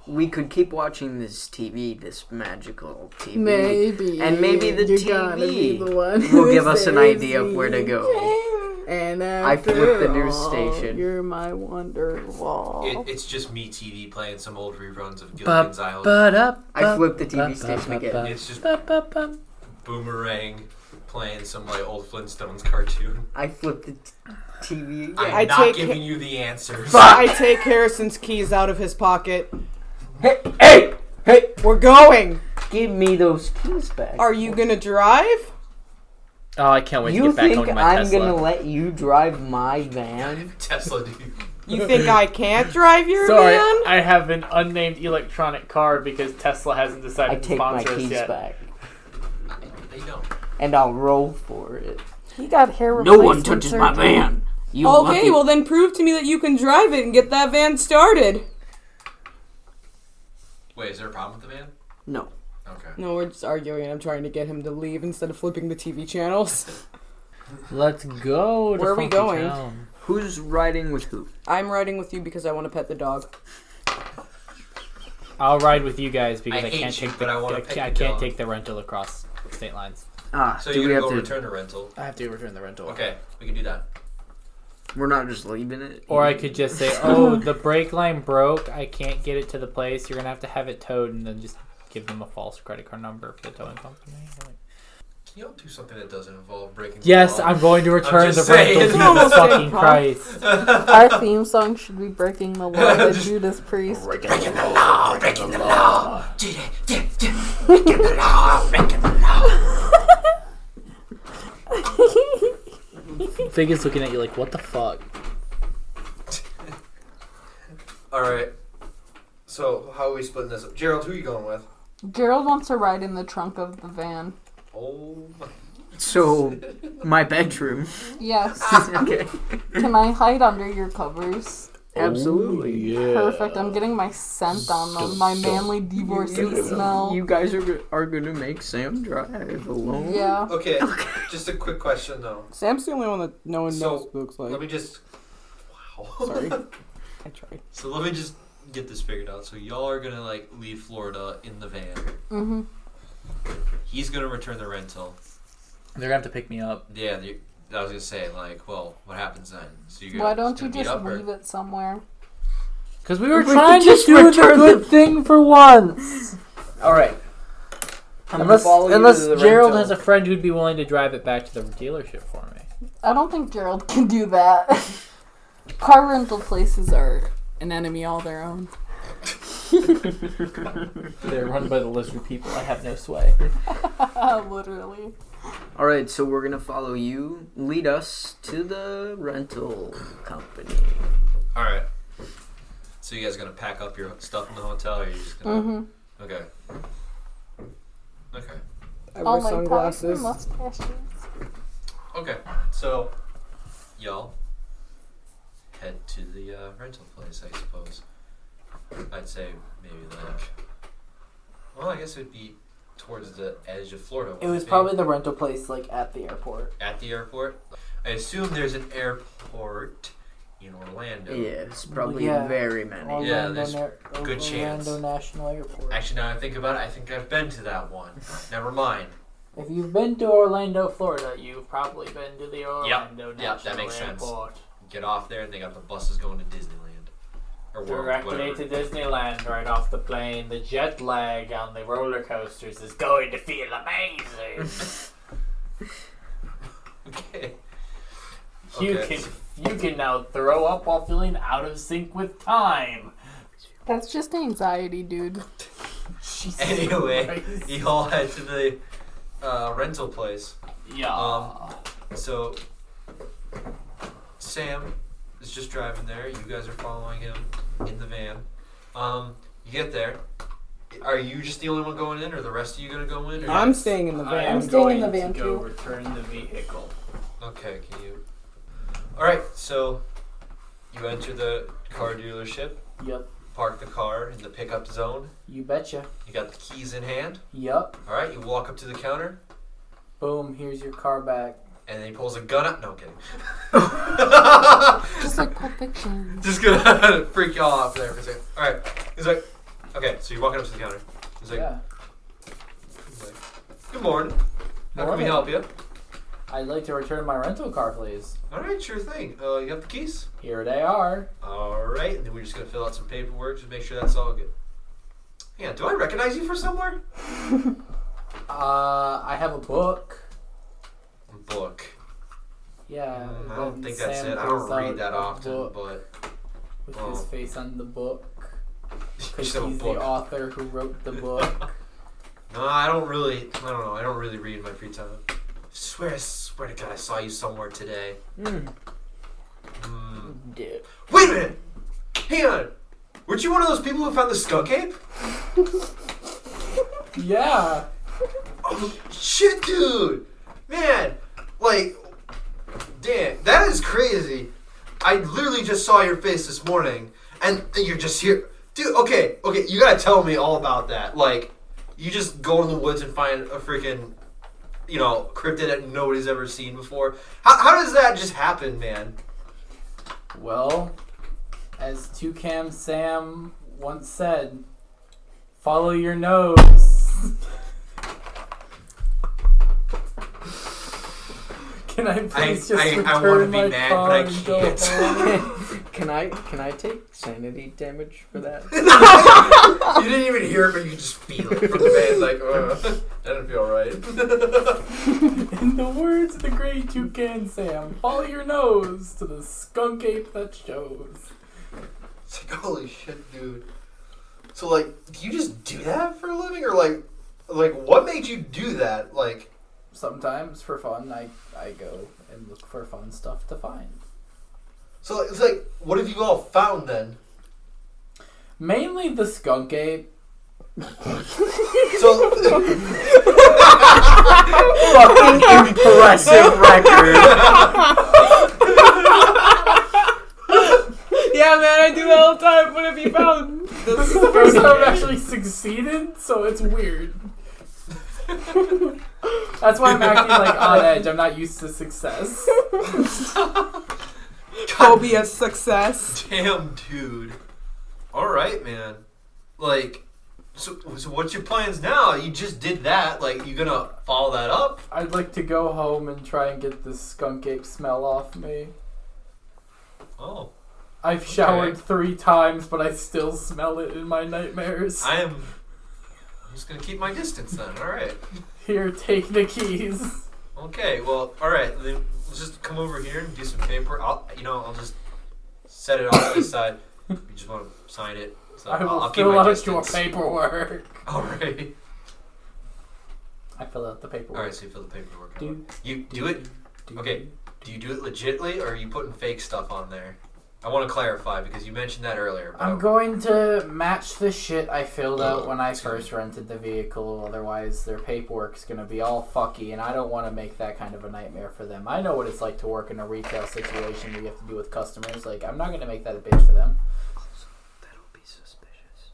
we could keep watching this TV, this magical TV. Maybe. And maybe the You're TV gonna be the one will who give us an saves idea of where to me. go. And I after flipped the news all, station. You're my wonder wall. Oh. It, it's just me TV playing some old reruns of Ba- Gilligan's Island. But up. I flipped the TV station again. it's just again. boomerang playing some like old Flintstones cartoon. I flipped the t- TV again. I'm I not take giving you the answers. I take Harrison's keys out of his pocket. Hey, hey, hey! We're going. Give me those keys back. Are you gonna drive? Oh, I can't wait you to get back think on my I'm Tesla. gonna let you drive my van? Tesla, do you? You think I can't drive your Sorry, van? I have an unnamed electronic car because Tesla hasn't I decided to take my sponsor us keys yet. back, I know. and I'll roll for it. He got hair replacement surgery. van. You Okay, well then prove to me that you can drive it and get that van started. Wait, is there a problem with the van? no. Okay. No, we're just arguing. I'm trying to get him to leave instead of flipping the TV channels. Let's go. To Where are we Funky going? Town. Who's riding with who? I'm riding with you because I want to pet the dog. I'll ride with you guys because I I, hate can't you, take but the I wanna I pick can't, I the can't dog. take the rental across state lines. Ah, So do you're we gonna have go to? return to rental? I have to return the rental. Okay, we can do that. We're not just leaving it. Or I could just say, "Oh, the brake line broke. I can't get it to the place. You're gonna have to have it towed," and then just give them a false credit card number for the towing company. Can you all do something that doesn't involve breaking? the Yes, law? I'm going to return just the saying. rental. Jesus Almost fucking said pop. Christ! Our theme song should be Breaking the Law by Judas Priest. breaking the law. Ah, Breaking the law. Breaking the law. Breaking the law. Fig is looking at you like, "What the fuck?" All right. So how are we splitting this up? Gerald, who are you going with? Gerald wants to ride in the trunk of the van. Oh, my- So, my bedroom. Yes. okay. Can I hide under your covers? Absolutely. Perfect. I'm getting my scent on them. My manly divorcee smell. You guys are go- are gonna make Sam drive alone. Yeah. okay. Just a quick question though. Sam's the only one that no one So, knows what looks like. Let me just. Wow. Sorry. I tried. So let me just get this figured out. So y'all are gonna like leave Florida in the van. Mm-hmm. He's gonna return the rental. They're gonna have to pick me up. Yeah, the, I was gonna say like, well, what happens then? So you're Why don't gonna- it's you gonna be just up or- leave it somewhere? Cause we were We trying could to just do the return good thing for once. All right. I'm gonna Unless, follow you unless to the Gerald rental. has a friend who'd be willing to drive it back to the dealership for me. I don't think Gerald can do that. Car rental places are an enemy all their own. They're run by the lizard people. I have no sway. Literally. All right. So we're gonna follow you. Lead us to the rental company. All right. So you guys gonna pack up your stuff in the hotel, or you just gonna? Mm-hmm. Okay. Okay. I wear sunglasses. Okay. So, y'all head to the uh, rental place, I suppose. I'd say maybe like. Well, I guess it'd be towards the edge of Florida. It wouldn't was be? probably the rental place, like at the airport. at the airport. I assume there's an airport in Orlando. Yeah, it's probably Yeah. very many. Yeah, there's good chance. National Airport. Actually, now I think about it, I think I've been to that one. Never mind. If you've been to Orlando, Florida, you've probably been to the Orlando yep, that National makes sense. Airport. Get off there, and they got the buses going to Disneyland. Or World, Directly to whatever. Disneyland right off the plane. The jet lag on the roller coasters is going to feel amazing. Okay. You Okay. can you can now throw up while feeling out of sync with time. That's just anxiety, dude. Jesus Anyway, Christ. you all head to the uh, rental place. yeah. um, So Sam is just driving there. You guys are following him in the van. Um, you get there. Are you just the only one going in, or the rest of you gonna go in? Or I'm staying in the I am van. staying going in the van, to go too. return the vehicle. Okay, can you? All right, so you enter the car dealership, Yep. park the car in the pickup zone. You betcha. You got the keys in hand. Yep. All right, you walk up to the counter. Boom. Here's your car back. and then he pulls a gun out. No, I'm kidding. Just like Pulp Fiction. Just gonna freak y'all out there for a second. All right. He's like, okay, so you're walking up to the counter. He's like, Yeah. he's like, good morning. How can we Morning. help you? I'd like to return my rental car, please. All right, sure thing. Uh, you have the keys? Here they are. All right. And then we're just gonna fill out some paperwork. Just make sure that's all good. Hang on. Do I recognize you from somewhere? Uh, I have a book. Book. Yeah. Mm, I don't and think that's Sam it. I pulls don't read out that a often, book but With oh. his face on the book. Because just have a he's book. the author who wrote the book. No, I don't really. I don't know. I don't really read in my free time. I swear, I swear to God, I saw you somewhere today. Mm. Dude. Wait a minute. Hang on. Weren't you one of those people who found the skunk ape? yeah. Oh shit, dude. Man, like, damn, that is crazy. I literally just saw your face this morning, and you're just here, dude. Okay, okay, you gotta tell me all about that. Like, you just go in the woods and find a freaking, you know, cryptid that nobody's ever seen before. How, how does that just happen, man? Well, as Toucan Sam once said, follow your nose. Can I please just I- I return wanna be my mad, car but I and go can't. home? Can I can I take sanity damage for that? You didn't even hear it, but you could just feel it from the man. Like, uh, that didn't feel right. In the words of the great Toucan Sam, follow your nose to the skunk ape that shows. It's like, holy shit, dude. So, like, do you just do that for a living? Or, like, like what made you do that? Like, Sometimes for fun, I, I go and look for fun stuff to find. so it's like, what have you all found then? Mainly the skunk ape. So, Fucking impressive record. Yeah, man, I do that all the time. What have you found? This is the first time I've actually succeeded, so it's weird. That's why I'm acting like on edge. I'm not used to success. Kobe a success. damn, dude. All right, man. Like, so, so what's your plans now? You just did that. Like, you gonna follow that up? I'd like to go home and try and get this skunk ape smell off me. Oh, I've showered three times, but I still smell it in my nightmares. I am. I'm just gonna keep my distance then. All right. Here, take the keys. Okay, well, all right. Then let's just come over here and do some paper. I'll, you know, I'll just set it off to the side. You just want to sign it. So I I'll, will I'll keep fill my out your distance. paperwork. All right. I fill out the paperwork. All right. So you fill the paperwork out. Do- you do it. Do- Okay. Do you do it legitly, or are you putting fake stuff on there? I want to clarify because you mentioned that earlier. but- I'm going to match the shit I filled out when I Excuse me. first rented the vehicle, otherwise their paperwork's gonna be all fucky, and I don't want to make that kind of a nightmare for them. I know what it's like to work in a retail situation where you have to deal with customers. Like, I'm not gonna make that a bitch for them. That'll be suspicious.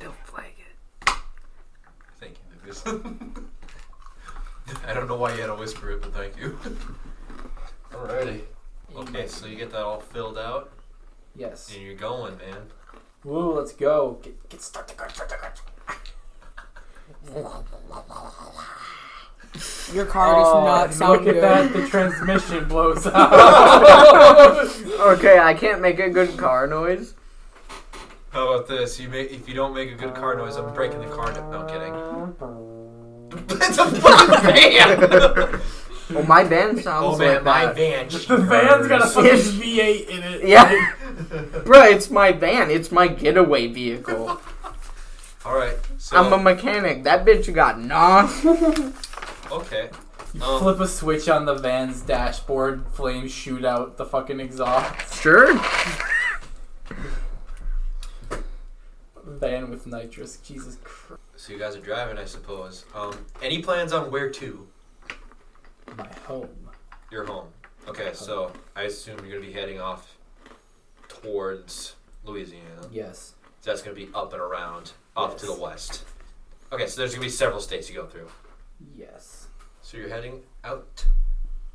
They'll flag it. Thank you, Lucas. I don't know why you had to whisper it, but thank you. Alrighty. Okay, so you get that all filled out, Yes. and you're going, man. Woo, let's go. Get, get start the car, start the car. Your car does Oh, not sound look at good. that, the transmission blows out. Okay, I can't make a good car noise. How about this? You make if you don't make a good car noise, I'm breaking the car. No, no I'm kidding. it's a fucking van. Well, my band sounds oh man, like my that. van. the van's got a fucking Yes. V8 in it. Yeah. Bruh, it's my van. It's my getaway vehicle. All right. So I'm a mechanic. That bitch got knocked. okay. You Um, flip a switch on the van's dashboard, flames shoot out the fucking exhaust. Sure. Van with nitrous. Jesus Christ. So you guys are driving, I suppose. Um, any plans on where to? My home. Your home. Okay, so I assume you're gonna be heading off towards Louisiana. Yes. So that's gonna be up and around, off to the Yes. west. Okay, so there's gonna be several states you go through. Yes. So you're heading out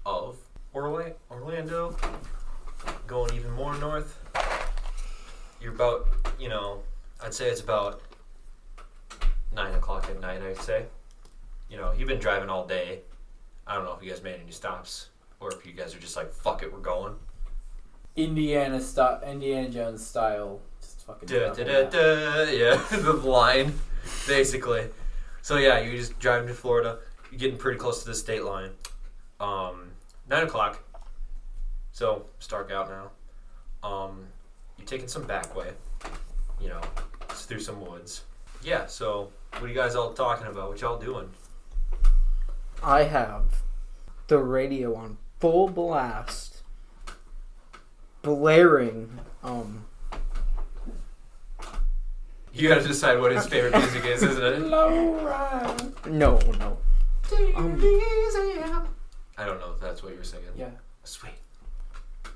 of Orla- Orlando, going even more north. You're about, you know, I'd say it's about nine o'clock at night. I'd say, you know, you've been driving all day. I don't know if you guys made any stops or if you guys are just like, fuck it, we're going. Indiana style, Indiana Jones style. Just fucking. Da, da, jumping da, out. da. Yeah, the line, basically. So yeah, you just driving to Florida. You're getting pretty close to the state line. Um, nine o'clock. So it's dark out now. Um, you're taking some back way. You know, it's through some woods. Yeah. So what are you guys all talking about? What y'all doing? I have the radio on full blast, blaring. Um, You gotta decide what his favorite music is, isn't it? no, no. I don't know if that's what you were singing. Yeah. Sweet.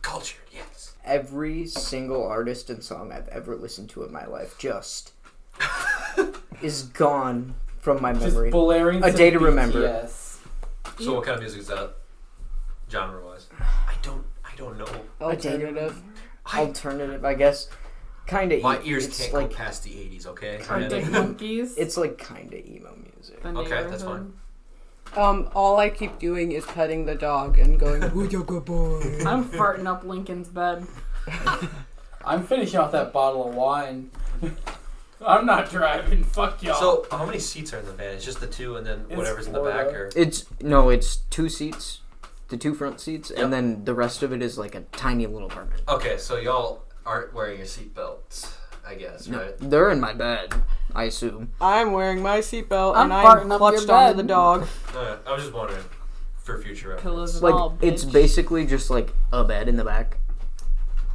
Cultured. Yes. Every single artist and song I've ever listened to in my life just is gone from my Just memory. blaring A some day to remember. BTS. So what kind of music is that? Genre wise? I don't I don't know. Alternative. Alternative, I guess. Kind of. My ears it's can't like go past the eighties, okay? Arctic Monkeys. it's like kind of emo music. the okay, that's neighborhood. Um, all I keep doing is petting the dog and going, "Woo, you good boy." I'm farting up Lincoln's bed. I'm finishing off that bottle of wine. I'm not driving. Fuck y'all. So how many seats are in the van? It's just the two and then It's whatever's in the four, back though. or It's no, it's two seats, the two front seats, and then the rest of it is like a tiny little apartment. Okay, so y'all aren't wearing your seatbelts, I guess, No, right? they're in my bed. I assume. I'm wearing my seatbelt I'm and I'm farting up clutched your onto bed. the dog. Uh, I was just wondering for future reference. Pillows and Like all. it's Oh, bitch. basically just like a bed in the back.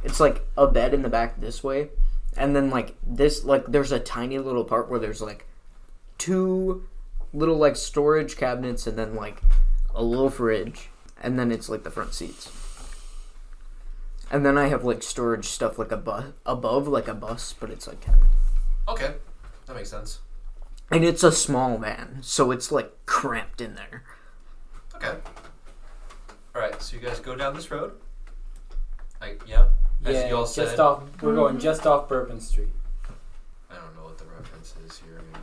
It's like a bed in the back this way, and then like this, like there's a tiny little part where there's like two little like storage cabinets, and then like a little fridge, and then it's like the front seats. And then I have like storage stuff like above, above like a bus, but it's like cabin. Okay. That makes sense. and it's a small van, so it's like cramped in there. Okay. Alright, so you guys go down this road. I yeah. As yeah, y'all just said. off. We're going just off Bourbon Street. I don't know what the reference is here. man.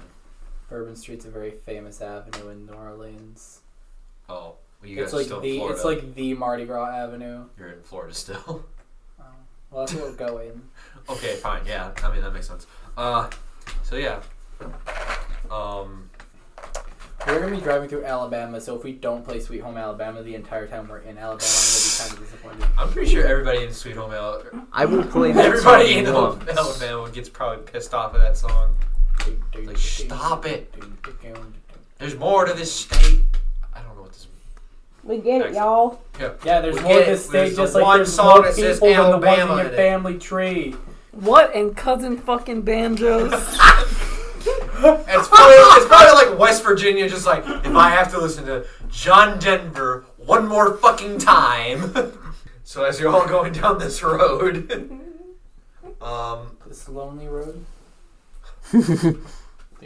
Bourbon Street's a very famous avenue in New Orleans. Oh. Well, you guys It's are like still the in Florida. it's like the Mardi Gras avenue. You're in Florida still. Well, that's what we're going. Okay, fine. Yeah, I mean that makes sense. Uh, so yeah. Um, We're gonna be driving through Alabama, so if we don't play Sweet Home Alabama the entire time we're in Alabama, I'm gonna be kind of disappointed. I'm pretty sure everybody in Sweet Home Alabama, I will play that. everybody in song Home once. Alabama gets probably pissed off at that song. Like, stop it. There's more to this state. I don't know what this. We get it, y'all. Yeah, there's We more get of it. this state, There's the just like one there's song more that people says than the ones in Alabama your in it. family tree. What in cousin fucking banjos? It's probably, it's probably like West Virginia, just like if I have to listen to John Denver one more fucking time. so as you're all going down this road, um, This lonely road. the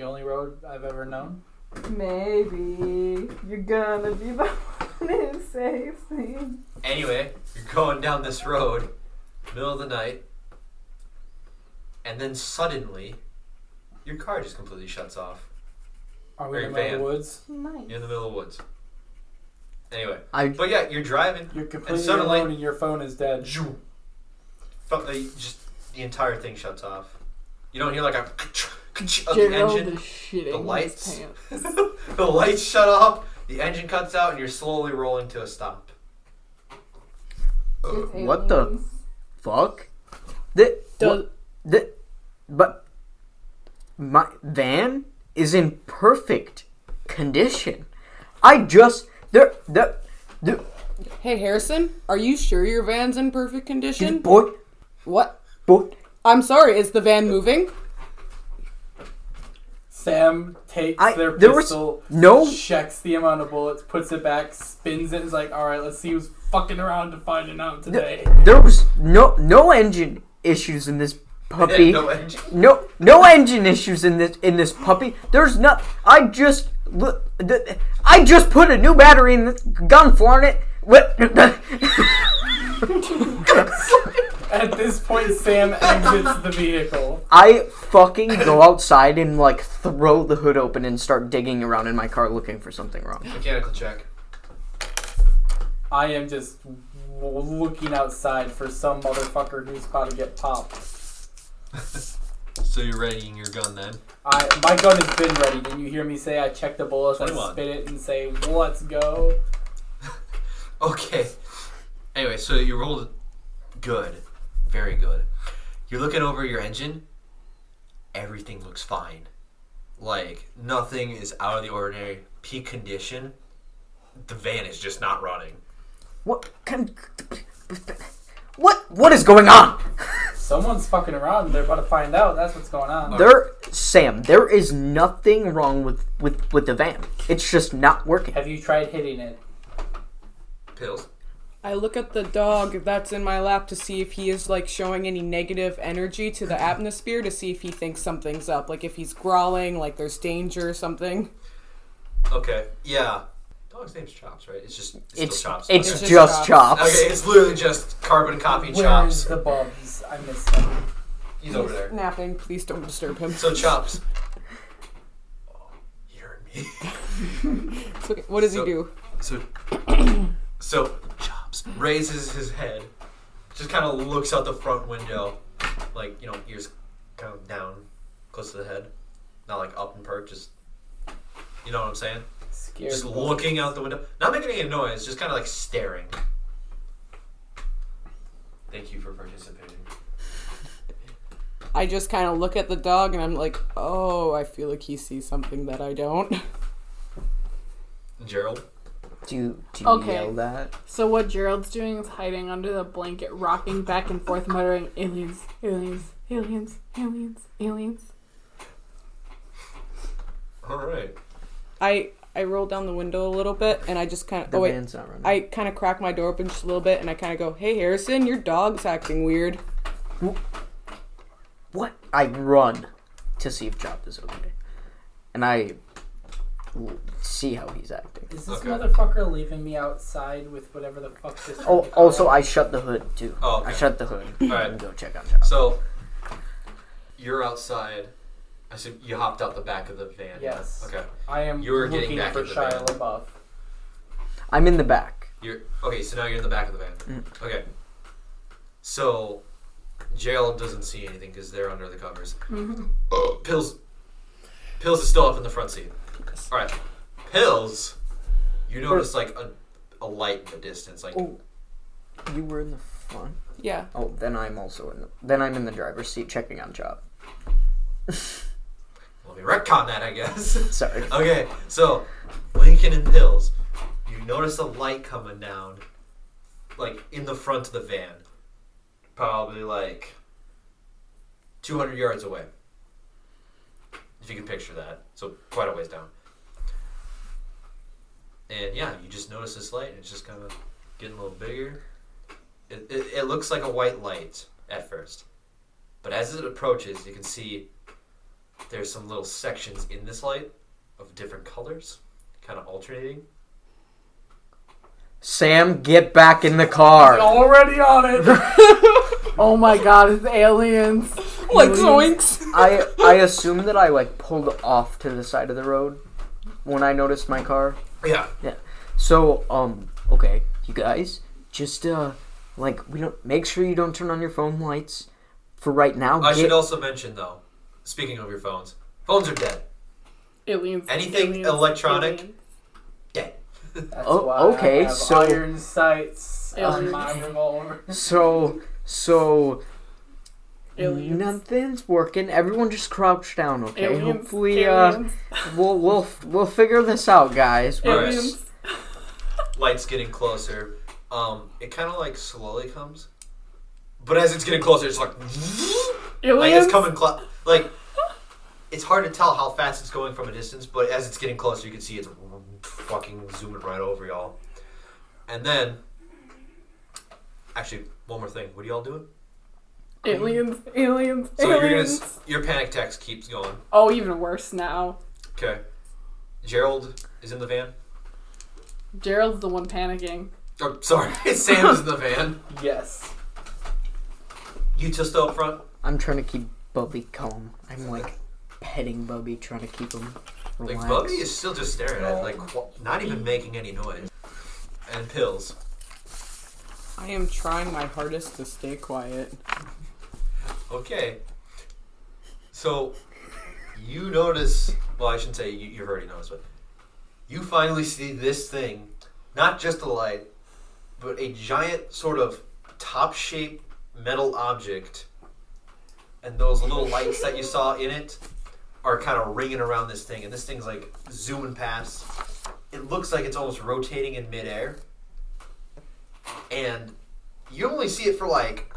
only road I've ever known. Maybe you're gonna be the one who saves me. Anyway, you're going down this road, middle of the night, and then suddenly, your car just completely shuts off. Are we Or in your the middle of the van. woods? Nice. You're in the middle of the woods. Anyway, I but yeah, you're driving. You're completely suddenly- alone and your phone is dead. Zoom. Fu- uh, Just the entire thing shuts off. You don't hear like a of the Gerald engine. is shitting the his lights. pants. The lights shut off. The engine cuts out, and you're slowly rolling to a stop. It's What the- aliens. fuck. The Does- the but my van is in perfect condition. I just there the the Hey Harrison, are you sure your van's in perfect condition? boy What? boy. I'm sorry, is the van moving? Sam takes I- their there was- pistol, No, checks the amount of bullets, puts it back, spins it, and is like, alright, let's see who's fucking around to finding out today. there was no no engine issues in this puppy. no engine. No, no engine issues in this in this puppy. There's not. I just look. I just put a new battery in the gun for it. What? At this point, Sam exits the vehicle. I fucking go outside and like throw the hood open and start digging around in my car looking for something wrong. Mechanical check. I am just w- looking outside for some motherfucker who's about to get popped. So you're readying your gun then? I my gun has been ready. Didn't you hear me say I checked the bullets, I 21. spit it, and say let's go? Okay. Anyway, so you rolled good. Very good. You're looking over your engine. Everything looks fine. Like, nothing is out of the ordinary. Peak condition. The van is just not running. What? Can, what? What is going on? Someone's fucking around. They're about to find out. That's what's going on. There, Sam. There is nothing wrong with with with the van. It's just not working. Have you tried hitting it? Pills. I look at the dog that's in my lap to see if he is like showing any negative energy to the atmosphere to see if he thinks something's up, like if he's growling, like there's danger or something. Okay. Yeah. Dog's name's Chops, right? It's just it's, It's still Chops. it's It's just, just chops. okay. Okay, it's literally just carbon copying Where's Chops. the bubs? I missed them. He's over there. Napping, please don't disturb him. So Chops. Oh, you heard me. Okay, What does So- he do? So, so Chops raises his head, just kind of looks out the front window, like you know, ears kind of down, close to the head, not like up and perk, just you know what I'm saying? Scared. Just bubs. looking out the window, not making any noise, just kind of like staring. Thank you for participating. I just kind of look at the dog and I'm like, oh, I feel like he sees something that I don't. Gerald, Do you, do you Okay. yell that? So what Gerald's doing is hiding under the blanket, rocking back and forth, muttering, "Aliens, aliens, aliens, aliens, aliens." all right. I I roll down the window a little bit and I just kind of The oh wait, van's not running. I kind of crack my door open just a little bit and I kind of go, hey Harrison, your dog's acting weird. what? I run to see if Chop is okay, and I l- see how he's acting. Is this Okay. motherfucker leaving me outside with whatever the fuck this? Oh, also I shut the hood too. Oh, okay. I shut the hood. right. And go check on Chop. So you're outside. I assume you hopped out the back of the van. Yes. Okay. I am You were getting looking back for in the van. Shia LaBeouf. I'm in the back. You're okay. So now you're in the back of the van. Mm. Okay. So Gerald doesn't see anything because they're under the covers. Pills. Pills is still up in the front seat. All right. Pills. You notice like a, a light in the distance. Like Oh. You were in the front. Yeah. Oh, then I'm also in. The, then I'm in the driver's seat checking on Chop. let me retcon that, I guess. Sorry. okay. So Lincoln and Pills. You notice a light coming down, like in the front of the van, probably like 200 yards away. If you can picture that. So quite a ways down. And yeah, you just notice this light, and it's just kind of getting a little bigger. It, it, it looks like a white light at first. But as it approaches, you can see there's some little sections in this light of different colors, kind of alternating. Sam, get back in the car. Already on it. Oh my God, it's aliens! Like zoinks. I I assume that I like pulled off to the side of the road when I noticed my car. Yeah. So um okay, you guys just uh like we don't make sure you don't turn on your phone lights for right now. I Get- should also mention, though, speaking of your phones, phones are dead. Aliens. Anything aliens, electronic? aliens. Dead. That's Oh, why I okay, have so- iron sights on Aliens. my revolver. so so Aliens. Nothing's working. Everyone just crouch down, okay? Aliens. Hopefully, uh, aliens. we'll we'll we'll figure this out, guys. All right. aliens. Light's getting closer. Um, it kind of like slowly comes, but as it's getting closer, it's like like it's Aliens. coming clo- like it's hard to tell how fast it's going from a distance, but as it's getting closer, you can see it's fucking zooming right over y'all. And then, actually, one more thing. What are y'all doing? Aliens. Aliens. So you're gonna, aliens. s- your panic text keeps going. Oh, even worse now. Okay. Gerald is in the van. Gerald's the one panicking. I'm Oh, sorry. Sam's in the van. Yes. You just still up front. I'm trying to keep Bubby calm. I'm like petting Bubby, trying to keep him Like relaxed. Bubby is still just staring at, it, like qu- not even making any noise. And pills. I am trying my hardest to stay quiet. Okay. So you notice. Well, I shouldn't say you, you've already noticed, but you finally see this thing. Not just a light, but a giant sort of top-shaped metal object, and those little lights that you saw in it are kind of ringing around this thing. And this thing's like zooming past. It looks like it's almost rotating in midair, and you only see it for like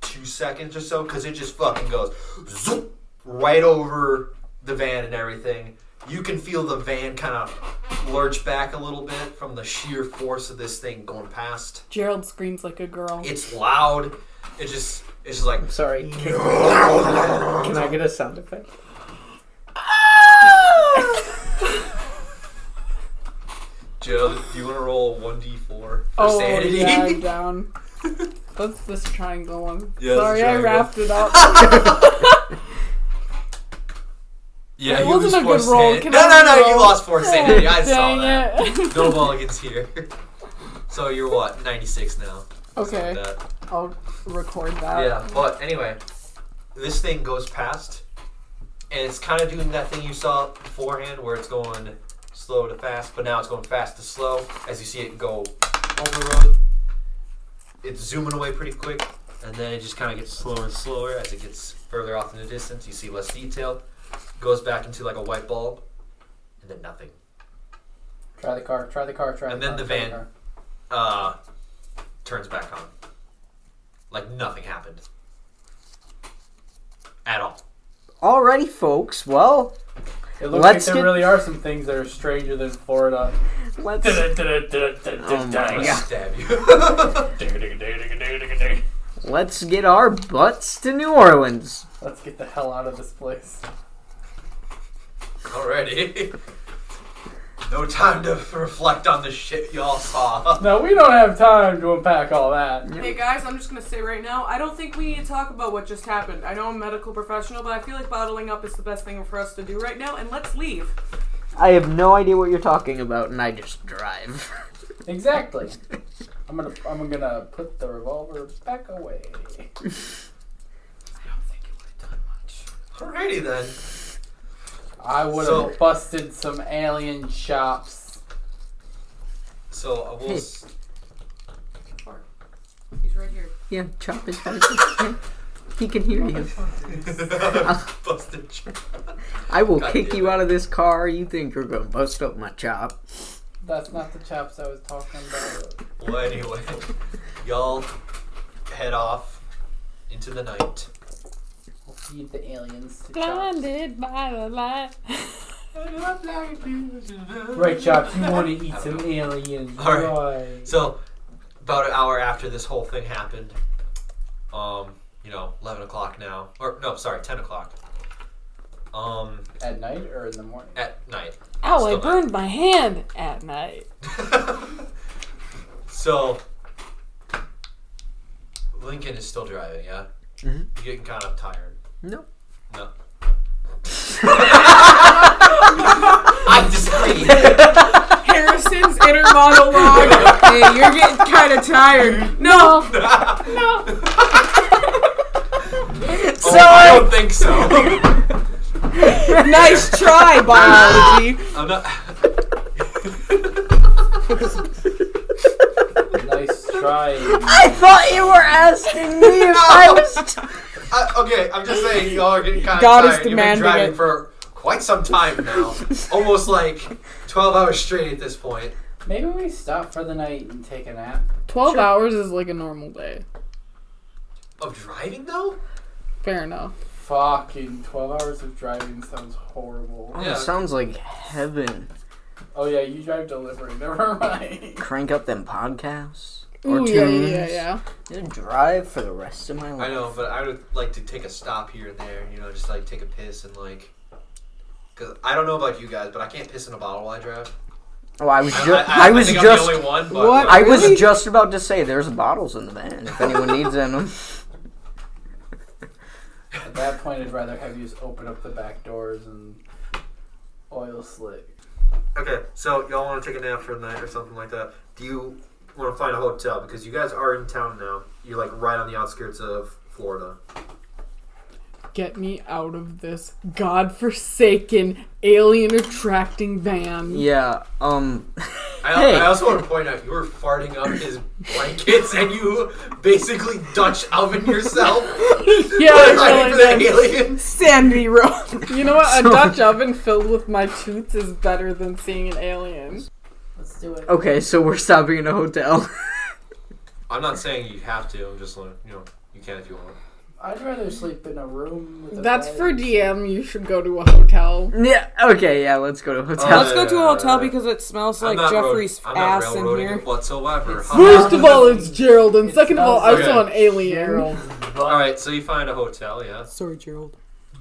two seconds or so because it just fucking goes zoop, right over the van and everything. You can feel the van kind of lurch back a little bit from the sheer force of this thing going past. Gerald screams like a girl. It's loud. It just it's just like Sorry. Can, can I get a sound effect? Joe, do you want to roll one d four for oh sanity? yeah, I'm down. That's this triangle one. Yeah, that's Sorry, the I triangle. wrapped it up. Yeah, It you wasn't a lose good four roll. sanity. Can No, I no, no, you roll? lost four sanity. I saw Dang that. it. No ball gets here. So you're what, 96 now? Something like okay, that. I'll record that. Yeah, but anyway, this thing goes past, and it's kind of doing that thing you saw beforehand where it's going slow to fast, but now it's going fast to slow as you see it go over the road. It's zooming away pretty quick, and then it just kind of gets slower and slower as it gets further off in the distance. You see less detail, goes back into like a white ball, and then nothing. Try the car. Try the car. Try. And the then car, the try van. car. Uh, turns back on. Like nothing happened. At all. Alrighty, folks. Well, It looks Let's like there get- really are some things that are stranger than Florida. let's. oh my Yeah. stab you. Let's get our butts to New Orleans. Let's get the hell out of this place. Alrighty. No time to reflect on the shit y'all saw. No, we don't have time to unpack all that. Hey guys, I'm just gonna say right now, I don't think we need to talk about what just happened. I know I'm a medical professional, but I feel like bottling up is the best thing for us to do right now, and let's leave. I have no idea what you're talking about, and I just drive. Exactly. I'm gonna I'm gonna put the revolver back away. Alrighty then. I would have So- busted some alien shops. So I will. s- He's right here. yeah, chop his head. he can hear you. Busted. tr- I will God kick damn you it. out of this car. You think you're gonna bust up my chop? That's not the chops I was talking about. Well, anyway, y'all head off into the night. We'll feed the aliens to chops. Blinded by the light. Right, chops. You want to eat some aliens? All right. So, about an hour after this whole thing happened, um, you know, eleven o'clock now, or no, sorry, ten o'clock. Um, At night or in the morning? at night. Ow, Still I not. burned my hand at night. So, Lincoln is still driving, yeah? Mm-hmm. Mhm. You're getting kind of tired. No. No. I disagree. Harrison's inner monologue. hey, you're getting kind of tired. No, Oh, I don't think so. nice try, biology. I'm not. Nice try. I thought you were asking me if I was. I, okay, I'm just saying y'all are getting kind of God tired. is You've been demanding driving it. for quite some time now, almost like 12 hours straight at this point. Maybe we stop for the night and take a nap. 12 hours is like a normal day. Of driving though. Fair enough. Fucking 12 hours of driving sounds horrible. Yeah. Oh, Sounds like heaven. Oh, yeah, you drive delivery. Never mind. Crank up them podcasts. Or Ooh, yeah, tunes. yeah, yeah. Just Drive for the rest of my I life. know, but I would like to take a stop here and there, you know, just like take a piss and like. Cause I don't know about you guys, but I can't piss in a bottle while I drive. Oh, I was just I, I, was think just I'm the only one, but What? I was Really? just about to say there's bottles in the van if anyone needs in them. At that point, I'd rather have you just open up the back doors and oil slick. Okay, so y'all want to take a nap for the night or something like that? Do you want to find a hotel because you guys are in town now? You're like right on the outskirts of Florida. Get me out of this godforsaken alien attracting van. Yeah. Um. I, Hey. I also want to point out you were farting up his blankets and you basically Dutch oven yourself. Yeah, Right I for really the aliens. Sandy Road. You know what? A Dutch oven filled with my toots is better than seeing an alien. Let's do Oh. it. Okay, so we're stopping in a hotel. I'm not saying you have to. I'm just like you know you can if you want. I'd rather sleep in a room with a That's bed. for DM. You should go to a hotel. yeah. Okay. Yeah. Let's go to a hotel. Let's go to a hotel because it smells like I'm not road- Jeffrey's I'm not ass in railroading here. it whatsoever. It's- Ha ha. First of all, it's Gerald, and It second of all, I smells saw an like alien. Gerald's butt. all right, so you find a hotel, yeah, Sorry, Gerald.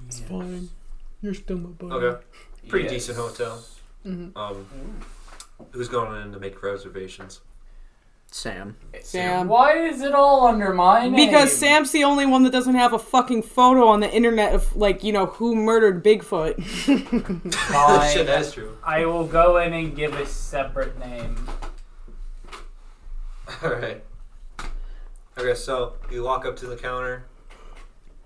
It's fine. You're still my Mm-hmm. buddy. Okay. pretty Yes. decent hotel. Mhm. Um, who's going in to make reservations? Sam. Sam. Why is it all under my name? Because Sam's the only one that doesn't have a fucking photo on the internet of, like, you know, who murdered Bigfoot. Shit, Fine. that's true. I will go in and give a separate name. All right. Okay, so you walk up to the counter.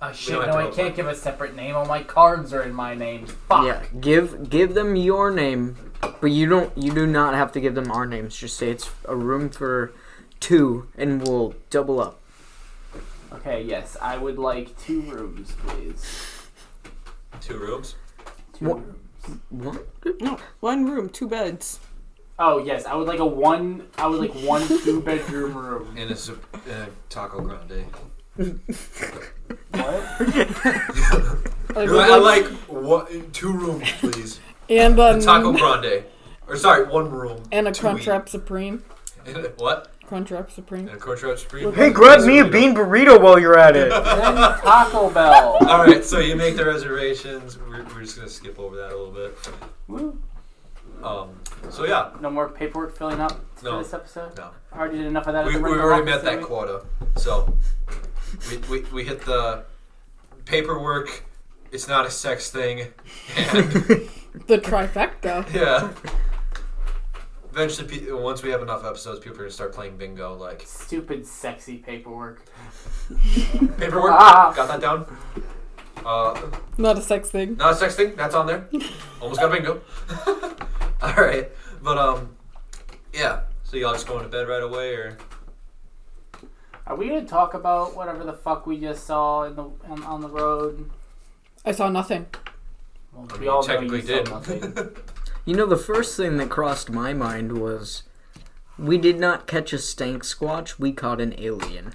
Oh shit! don't have No, I to open can't it. give a separate name. All my cards are in my name. Fuck. Yeah. Give give them your name, but you don't. You do not have to give them our names. Just say it's a room for two, and we'll double up. Okay. Yes, I would like two rooms, please. Two rooms. Two What? rooms. What? No, one room, two beds. Oh yes, I would like a one. I would like one two bedroom room. And it's a, a taco grande. What? Like, I like what, two rooms, please. and Um, then Taco grande. Or sorry, one room. and a Two crunch each. wrap supreme. And a- what? Crunch wrap supreme. And a cornchop supreme. burrito while you're at it. Then Taco Bell. All right, so you make the reservations. We're, we're just gonna skip over that a little bit. Woo. Um, so yeah, No more paperwork filling up No. for this episode. no, I already did enough of that. at we, the we rental already office, met that didn't we? quota. So we, we, we hit the paperwork. It's not a sex thing. And The trifecta. yeah. Eventually, pe- once we have enough episodes, people are gonna start playing bingo. Like Stupid sexy paperwork. paperwork. Ah. Got that down. Uh, Not a sex thing. Not a sex thing. That's on there. Almost got bingo. All right, but um, yeah. So y'all just going to bed right away, or Are we gonna talk about whatever the fuck we just saw in the on, on the road? I saw nothing. Well, I we mean, all you technically know you did. saw nothing. You know, the first thing that crossed my mind was we did not catch a stank squatch, we caught an alien.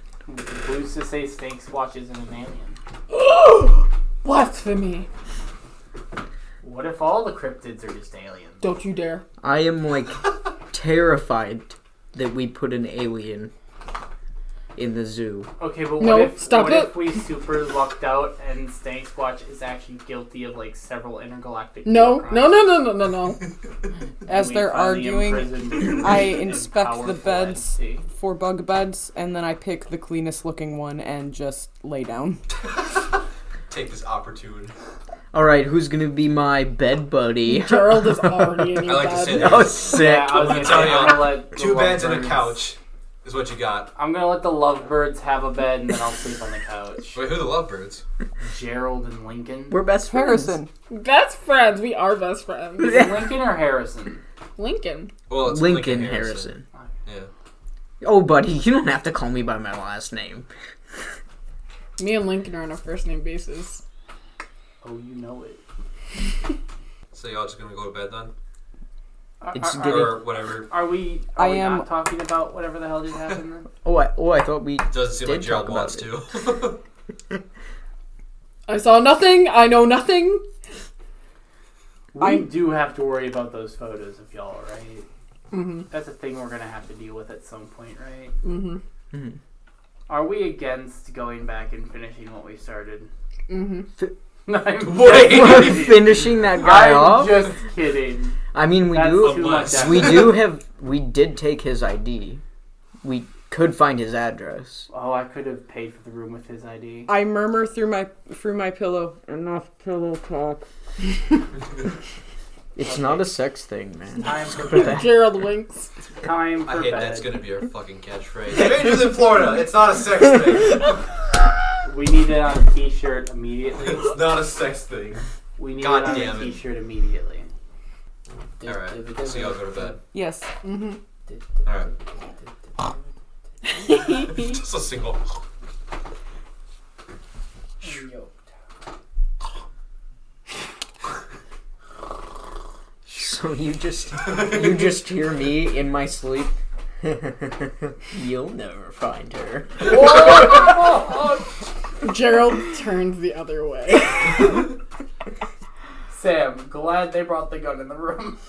Who's to say Stink Squatch isn't an alien? Blasphemy. What if all the cryptids are just aliens? Don't you dare. I am like terrified that we put an alien in the zoo. Okay, but what No, if stop what it. if we super lucked out and Stank Squatch is actually guilty of like several intergalactic No, war crimes? no, no, no, no, no, no. As We they're finally arguing imprisoned I an inspect the powerful beds. entity. for bug beds, and then I pick the cleanest looking one and just lay down. take this opportunity? Alright, who's gonna be my bed buddy? Gerald is already in I your like to bed. say Oh, that sick. Yeah, I was gonna say, tell you, I'm gonna let two the beds and a lovebirds- couch is what you got. I'm gonna let the lovebirds have a bed and then I'll sleep on the couch. Wait, who are the lovebirds? Gerald and Lincoln. We're best friends. Harrison. Best friends. We are best friends. Is it Lincoln or Harrison? Lincoln. Well, it's Lincoln Harrison. Yeah. Oh, buddy, you don't have to call me by my last name. Me and Lincoln are on a first name basis. Oh, you know it. So y'all just gonna go to bed then, Are, It's are- Did or whatever? are we? Are I we am- not talking about whatever the hell just happened? Then? Oh, I, oh, I thought we. Doesn't seem Did like Gerald talk wants to. about I saw nothing. I know nothing. We I- do have to worry about those photos of y'all, right? Mm-hmm. That's a thing we're gonna have to deal with at some point, right? Mm-hmm. Hmm. Are we against going back and finishing what we started? Mm-hmm. I'm We're finishing that guy I'm off? just kidding. I mean, we That's do. too much. effort. We do have. We did take his ID. We could find his address. Oh, I could have paid for the room with his ID. I murmur through my through my pillow. Enough pillow talk. It's not a sex thing, man. Time for bed. Gerald winks. Time I for hate bed. that's gonna be our fucking catchphrase. Strangers in Florida. It's not a sex thing. We need it on a T-shirt immediately. It's not a sex thing. We need God it on damn a it. T-shirt immediately. All right. So y'all go to bed. Yes. Mm-hmm. All right. Just a single. So you just you just hear me in my sleep. You'll never find her. Gerald turns the other way. Sam, glad they brought the gun in the room.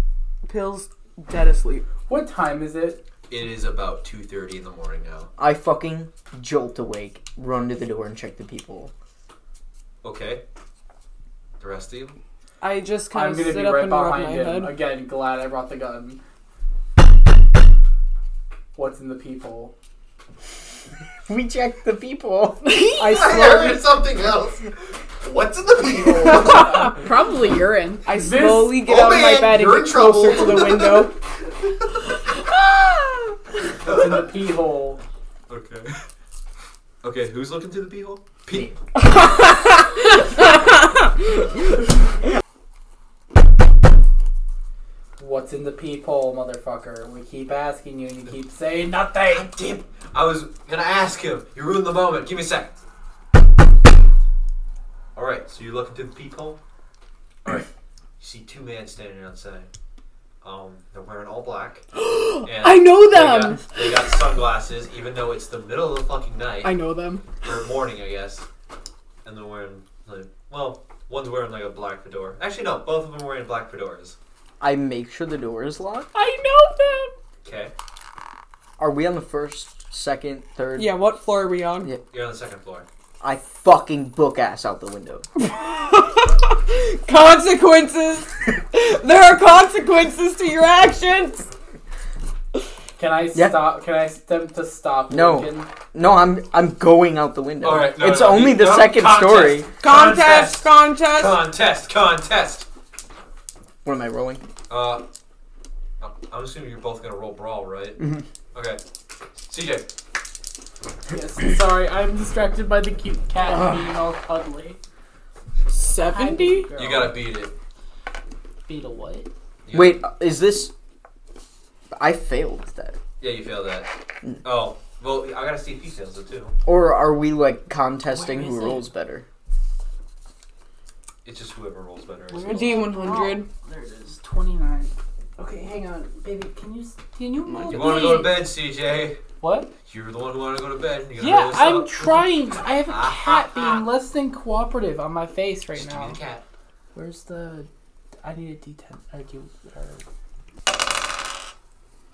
Pill's dead asleep. What time is it? It is about 2:30 in the morning now. I fucking jolt awake, run to the door, and check the people. Okay. The rest of you. I just kind I'm of gonna sit be up right and rub my behind him. head. Again, glad I brought the gun. What's in the people? We checked the people. I slowly, heard something else. What's in the people? Probably urine. I slowly get Oh out of my man, bed and you're in get closer to trouble. the window. What's in the pee hole? okay. Okay, who's looking through the beehole? Pete. What's in the peephole, motherfucker? We keep asking you and you keep saying nothing. Damn. I was gonna ask him. You ruined the moment. Give me a sec. All right. So you're looking through the peephole. All right. You see two men standing outside. Um, they're wearing all black. And I know they them. got- They got, sunglasses, even though it's the middle of the fucking night I know them. or morning, I guess. And they're wearing like, well, one's wearing like a black fedora. Actually, no, both of them are wearing black fedoras. I make sure the door is locked. I know Okay. Are we on the first, second, third? Yeah, what floor are we on? Yeah. You're on the second floor. I fucking book ass out the window. Consequences! there are consequences to your actions! Can I Yeah. stop? Can I attempt to stop? No. Lincoln? No, I'm I'm going out the window. All right, no, it's no, only you- the no, second contest. story. Contest! Contest! Contest! Contest! What am I rolling? Uh, I'm- I'm assuming you're both gonna roll brawl, right? Mm-hmm. Okay. CJ, Yes, sorry, I'm distracted by the cute cat being all cuddly. 70? Girl. you gotta beat it. beetle what? You Wait, is this? I failed that. Yeah, you failed that. Oh, well, I gotta see if he fails it too. Or are we like contesting Where who is it? rolls better? It's just whoever rolls better. D100. There it is, 29. Okay, hang on, baby. Can you can you move? You wanna go to bed, CJ? What? You're the one who wanna go to bed. You gotta roll Yeah, this I'm up. trying. I have a cat being less than cooperative on my face right Just give me now. the cat. Where's the? I need a D10. Or do, or...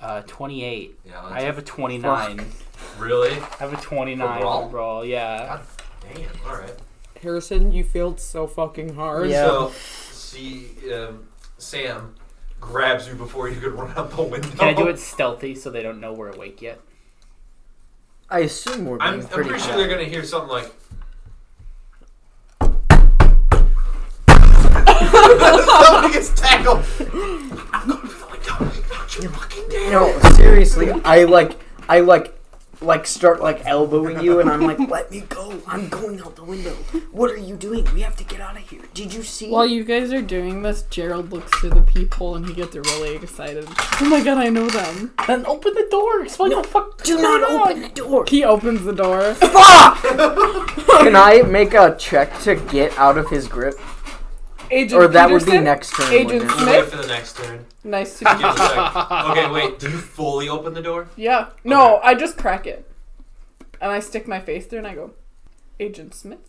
Uh, 28. Yeah, I that's- have a 29. really? I have a 29 For brawl? overall. Yeah. Damn. All right. Harrison, you failed so fucking hard. Yeah. So, see, um, Sam grabs you before you could run out the window. Can I do it stealthy so they don't know we're awake yet? I assume we're being I'm, I'm pretty. pretty sure they're gonna hear something like. Somebody gets tackled. I'm going for the window. Don't you fucking dare. No, seriously, I like, I like, like start like elbowing you, and I'm like, let me go. I'm going out the window. What are you doing? We have to get out of here. Did you see? While you guys are doing this, Gerald looks through the peephole and he gets really excited. Oh my god, I know them. Then open the door. Explain the fuck. Do not open the door. He opens the door. Can I make a check to get out of his grip? Agent Or that would be Peterson? next turn. Agent wouldn't it? We'll Smith? Wait for the next turn. Nice to meet Give you. us a sec. okay, wait. Do you fully open the door? Yeah. No, Okay. I just crack it. And I stick my face through and I go, Agent Smith?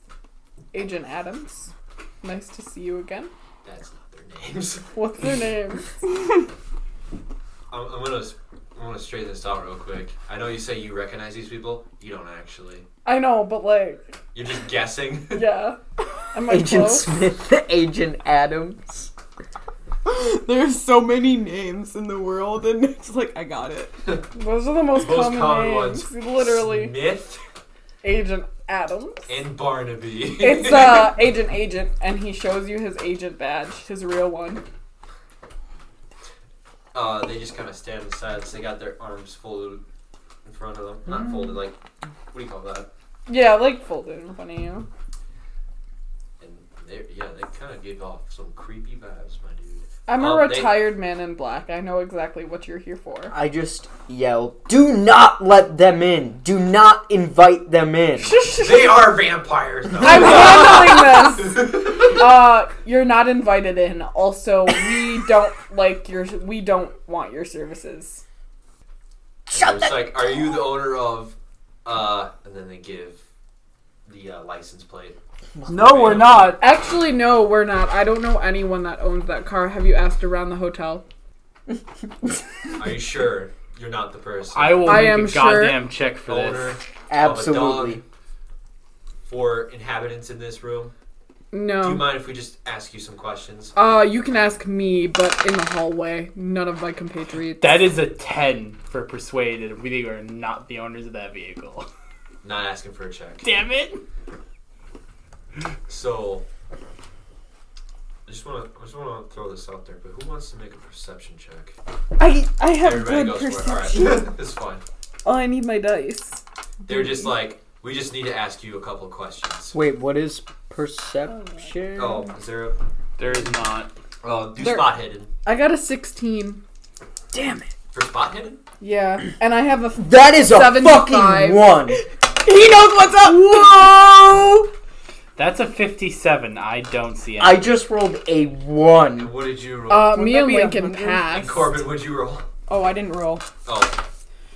Agent Adams? Nice to see you again. That's not their names. What's their name? I'm, I'm gonna. s- I'm gonna straighten this out real quick. I know you say you recognize these people. You don't actually. I know, but like, You're just guessing. yeah. Am I Agent close? Smith, Agent Adams. There's so many names in the world, and it's like I got it. Those are the most, Most common, common names. ones. Literally, Smith Agent Adams. and Barnaby. It's uh, Agent Agent, and he shows you his agent badge, his real one. Uh, they just kind of stand aside. So they got their arms folded in front of them. Not folded, like what do you call that? Yeah, like folded in front of you. And they, yeah, they kind of give off some creepy vibes, my dude. I'm a Um, they- retired man in black. I know exactly what you're here for. I just yell, "Do not let them in! Do not invite them in!" They are vampires, though. I'm handling this. Uh, you're not invited in. Also, we don't like your. We don't want your services. Shut it's like, are you the owner of? Uh, and then they give the uh, license plate. No, we're not. Actually, no, we're not. I don't know anyone that owns that car. Have you asked around the hotel? Are you sure you're not the person? I will I make am a sure- goddamn check for owner this. of a Absolutely. dog for inhabitants in this room. Do you No. mind if we just ask you some questions? Uh, you can ask me, but in the hallway. None of my compatriots. That is a ten for persuaded. We are not the owners of that vehicle. Not asking for a check. Damn it! So, I just want to I just want to throw this out there, but who wants to make a perception check? I I have Everybody good goes perception. for it. All right, it's fine. Oh, I need my dice. They're just like, we just need to ask you a couple questions. Wait, what is perception? Oh, is there a There is not. oh do There- spot hidden I got a 16. Damn it! for spot hidden? Yeah, and I have a. That is a 75. fucking one. he knows what's up. Whoa! That's a fifty-seven. I don't see I it. just rolled a And one. what did you roll? Uh, Wouldn't me that and be a Lincoln hundred? passed. and Corbin, what'd you roll? Oh, I didn't roll. Oh,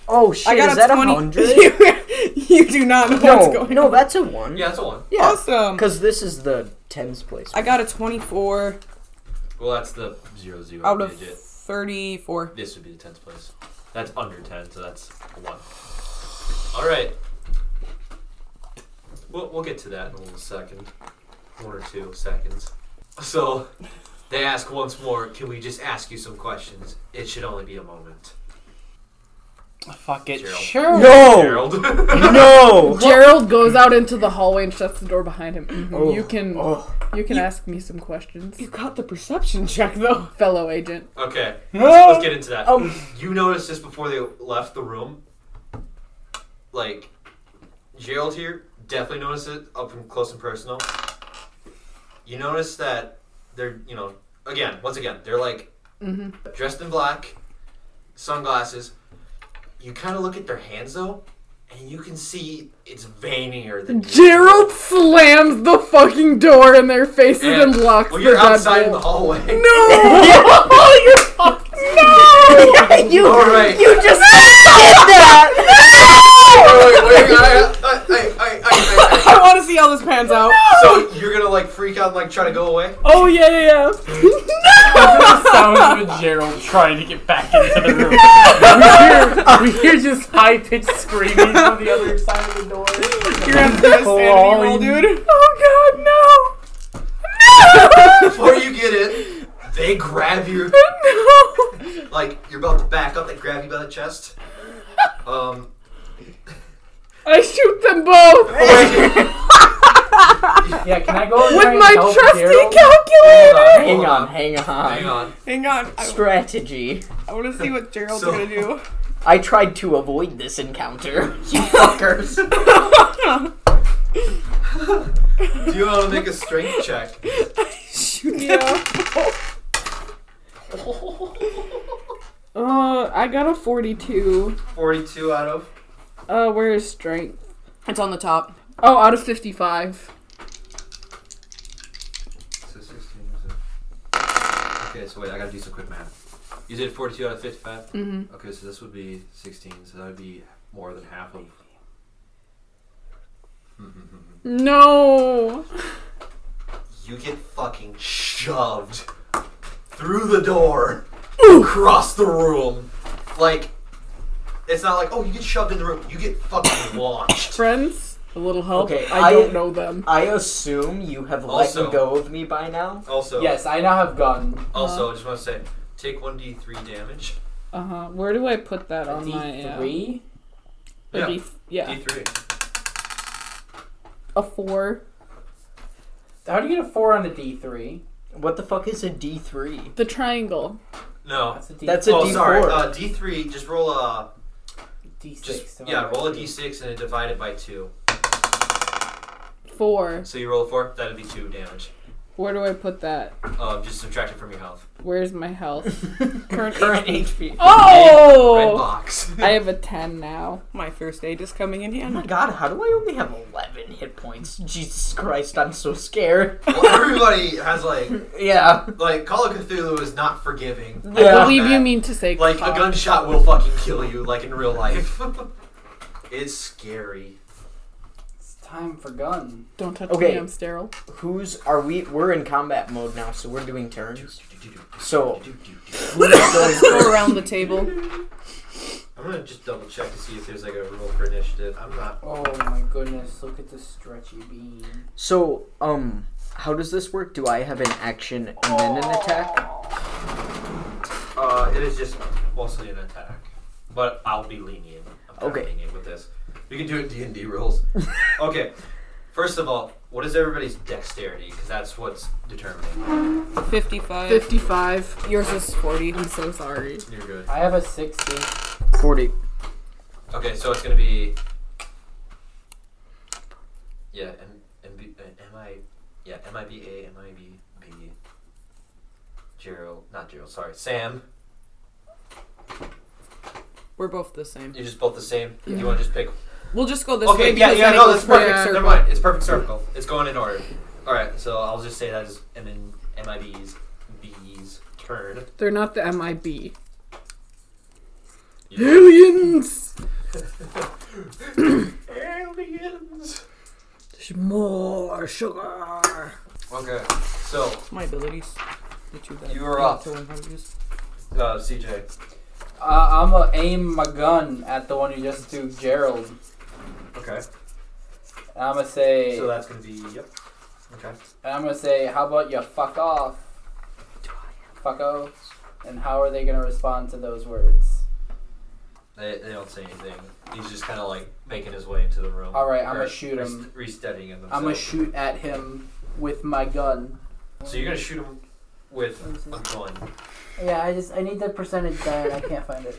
Oh shit! I got is a that twenty. a hundred? you do not know what's no, going no, on. that's a one. yeah, that's a one. Yeah, Awesome. because this is the tens place. I got a 24 Well, that's the zero zero out of digit. 34. This would be the tenth place. That's under ten, so that's a one. All right. We'll, we'll get to that in a little second, one or two seconds. So they ask once more, "Can we just ask you some questions? It should only be a moment." Fuck it. Gerald. Sure. No, Gerald, Oh. no. Gerald goes out into the hallway and shuts the door behind him. Mhm, Oh, you can Oh, you can ask me some questions, You got the perception check though. fellow agent. okay, let's, let's get into that. Um, you noticed just before they left the room, like Gerald here definitely noticed it up and close and personal. You notice that they're, you know, again, once again, they're like Mm-hmm. dressed in black, sunglasses. You kind of look at their hands though, and you can see it's veinier than usual. Gerald slams the fucking door in their faces And- and locks Well, the you're outside in the goddamn. hallway. No, you're fucked. No. you, All right. you just did that. Wait, wait, I- I- I- I- I- I- I- I want to see how this pans out. So you're gonna like freak out, and, like try to go away. Oh yeah, yeah, yeah. the sound of a Gerald trying to get back into the room. we, hear, we hear just high pitched screaming from the other side of the door. You're gonna have to do a sanity roll, Crawling. dude. Oh god, no. Before you get in, they grab you. No. Like you're about to back up, they grab you by the chest. Um. I shoot them both Yeah, can I go in there with and my help trusty Gerald? calculator. Hang Hang on, hang on. Hang on. Hang on. I, Strategy. want to see what Gerald's So- gonna do. I tried to avoid this encounter. You fuckers. Do you want to make a strength check? Shoot Yeah. Uh, I got a 42. Forty-two out of. Uh, where is strength? It's on the top. Oh, out of 55. So sixteen. is it? Okay, so wait, I gotta do some quick math. You did forty-two out of 55 Mm-hmm. Okay, so this would be sixteen. So that would be more than half of. No. You get fucking shoved through the door, across the room. Like, it's not like, oh, you get shoved in the room. You get fucking launched. Friends, A little help. Okay, I, I- don't know them. I assume you have Also- let go of me by now. Also, Yes, I now have gotten Also, I just want to say, take one d three damage. Uh huh. Where do I put that a on my? uh, D3. a Yeah. D- yeah. D three. A four. How do you get a 4 on a D3? What the fuck is a D three? The triangle. No. That's a D. That's a oh, D4. sorry. Uh, D three. Just roll a. D6. Just, divided yeah, by roll a two. d six and then divide it by two. Four. So you roll a four. That'd be two damage. Where do I put that? Um, just subtract it from your health. Where's my health? Current, HP. Red Oh! box. I have a ten now. My first aid is coming in Oh my handy. god, how do I only have eleven hit points? Jesus Christ, I'm so scared. well, everybody has like Yeah. like Call of Cthulhu is not forgiving. Yeah. I believe you That- mean to say Like a cock. gunshot will fucking kill you, like in real life. it's scary. It's time for gun. Don't touch Okay. me. I'm sterile. Who's are we? We're in combat mode now, so we're doing turns. Oh. So Go around the table. I'm gonna just double check to see if there's like a rule for initiative. I'm not. Oh my goodness, look at this stretchy bean. so um, how does this work? Do I have an action and then an attack? Uh, it is just mostly an attack, but I'll be lenient. I'm kinda Okay. Lenient with this. We can do it D and D rules. okay. First of all, what is everybody's dexterity? Because that's what's determining. 55. Fifty-five. Yours is 40. I'm so sorry. You're good. I have a 60. Forty. Okay, so it's gonna be. Yeah, M M B uh, M I yeah M I B A M I B B. Gerald, not Gerald. Sorry, Sam. We're both the same. You're just both the same. You want to just pick? We'll just go this way Okay, yeah, because yeah, then no, it that's goes perfect. perfect Never circle. mind, it's perfect circle. It's going in order. All right, so I'll just say that is M and M I B's B's turn. They're not the MIB. You- Aliens. Aliens. More sugar. Okay, so My abilities. The two that You are I up. to learn how to use. uh, CJ. Uh, I'm gonna aim my gun at the one who just threw Gerald. Okay, And I'm gonna say, so that's gonna be yep. Okay. and I'm gonna say, how about you fuck off, fucko? And how are they gonna respond to those words? They, they don't say anything. He's just kind of like making his way into the room. All right, I'm Or gonna shoot him. Re- resteadying him. I'm gonna himself. shoot at him with my gun. So you're gonna shoot him with a gun. Yeah, I just I need the percentage down. I can't find it.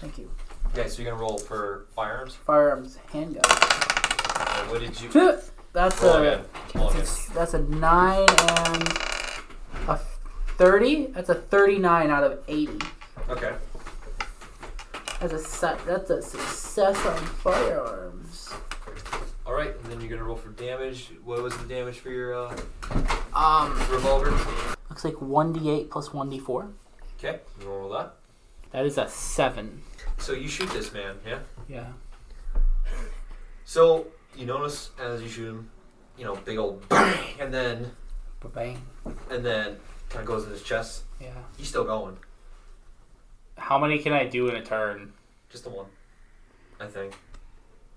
Thank you. Okay, so you're gonna roll for firearms. Firearms, handgun. Uh, what did you? That's Roll a again. Roll again. that's a nine and a thirty. That's a thirty-nine out of eighty. Okay. That's a su- that's a success on firearms. All right, and then you're gonna roll for damage. What was the damage for your uh, Um, revolver? looks like one d eight plus one d four. Okay, you wanna roll that. That is a seven. So you shoot this man, yeah. Yeah. So you notice as you shoot him, you know, big old bang, and then Bang. and then kind of goes in his chest. Yeah. He's still going. How many can I do in a turn? Just the one, I think.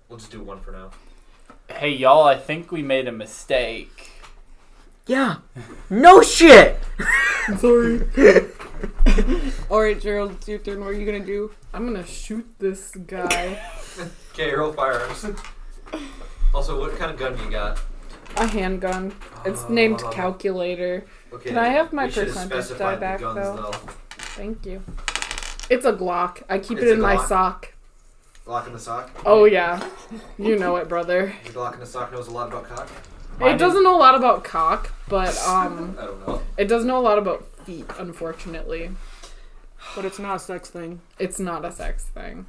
We'll just do one for now. Hey y'all, I think we made a mistake. Yeah. No shit. Sorry. Alright, Gerald, it's your turn. What are you gonna do? I'm gonna shoot this guy. Okay, roll firearms. also, what kind of gun you got? A handgun. It's named Uh, calculator. Okay. Can I have my we should've percentage die specified the back, guns, though? Thank you. It's a Glock. I keep it It's a in my Glock? sock. Glock in the sock. Oh yeah, you know it, brother. The Glock in the sock knows a lot about cock. Mine it is- doesn't know a lot about cock, but um, I don't know. it does know a lot about feet. Unfortunately, But it's not a sex thing. it's not a sex thing.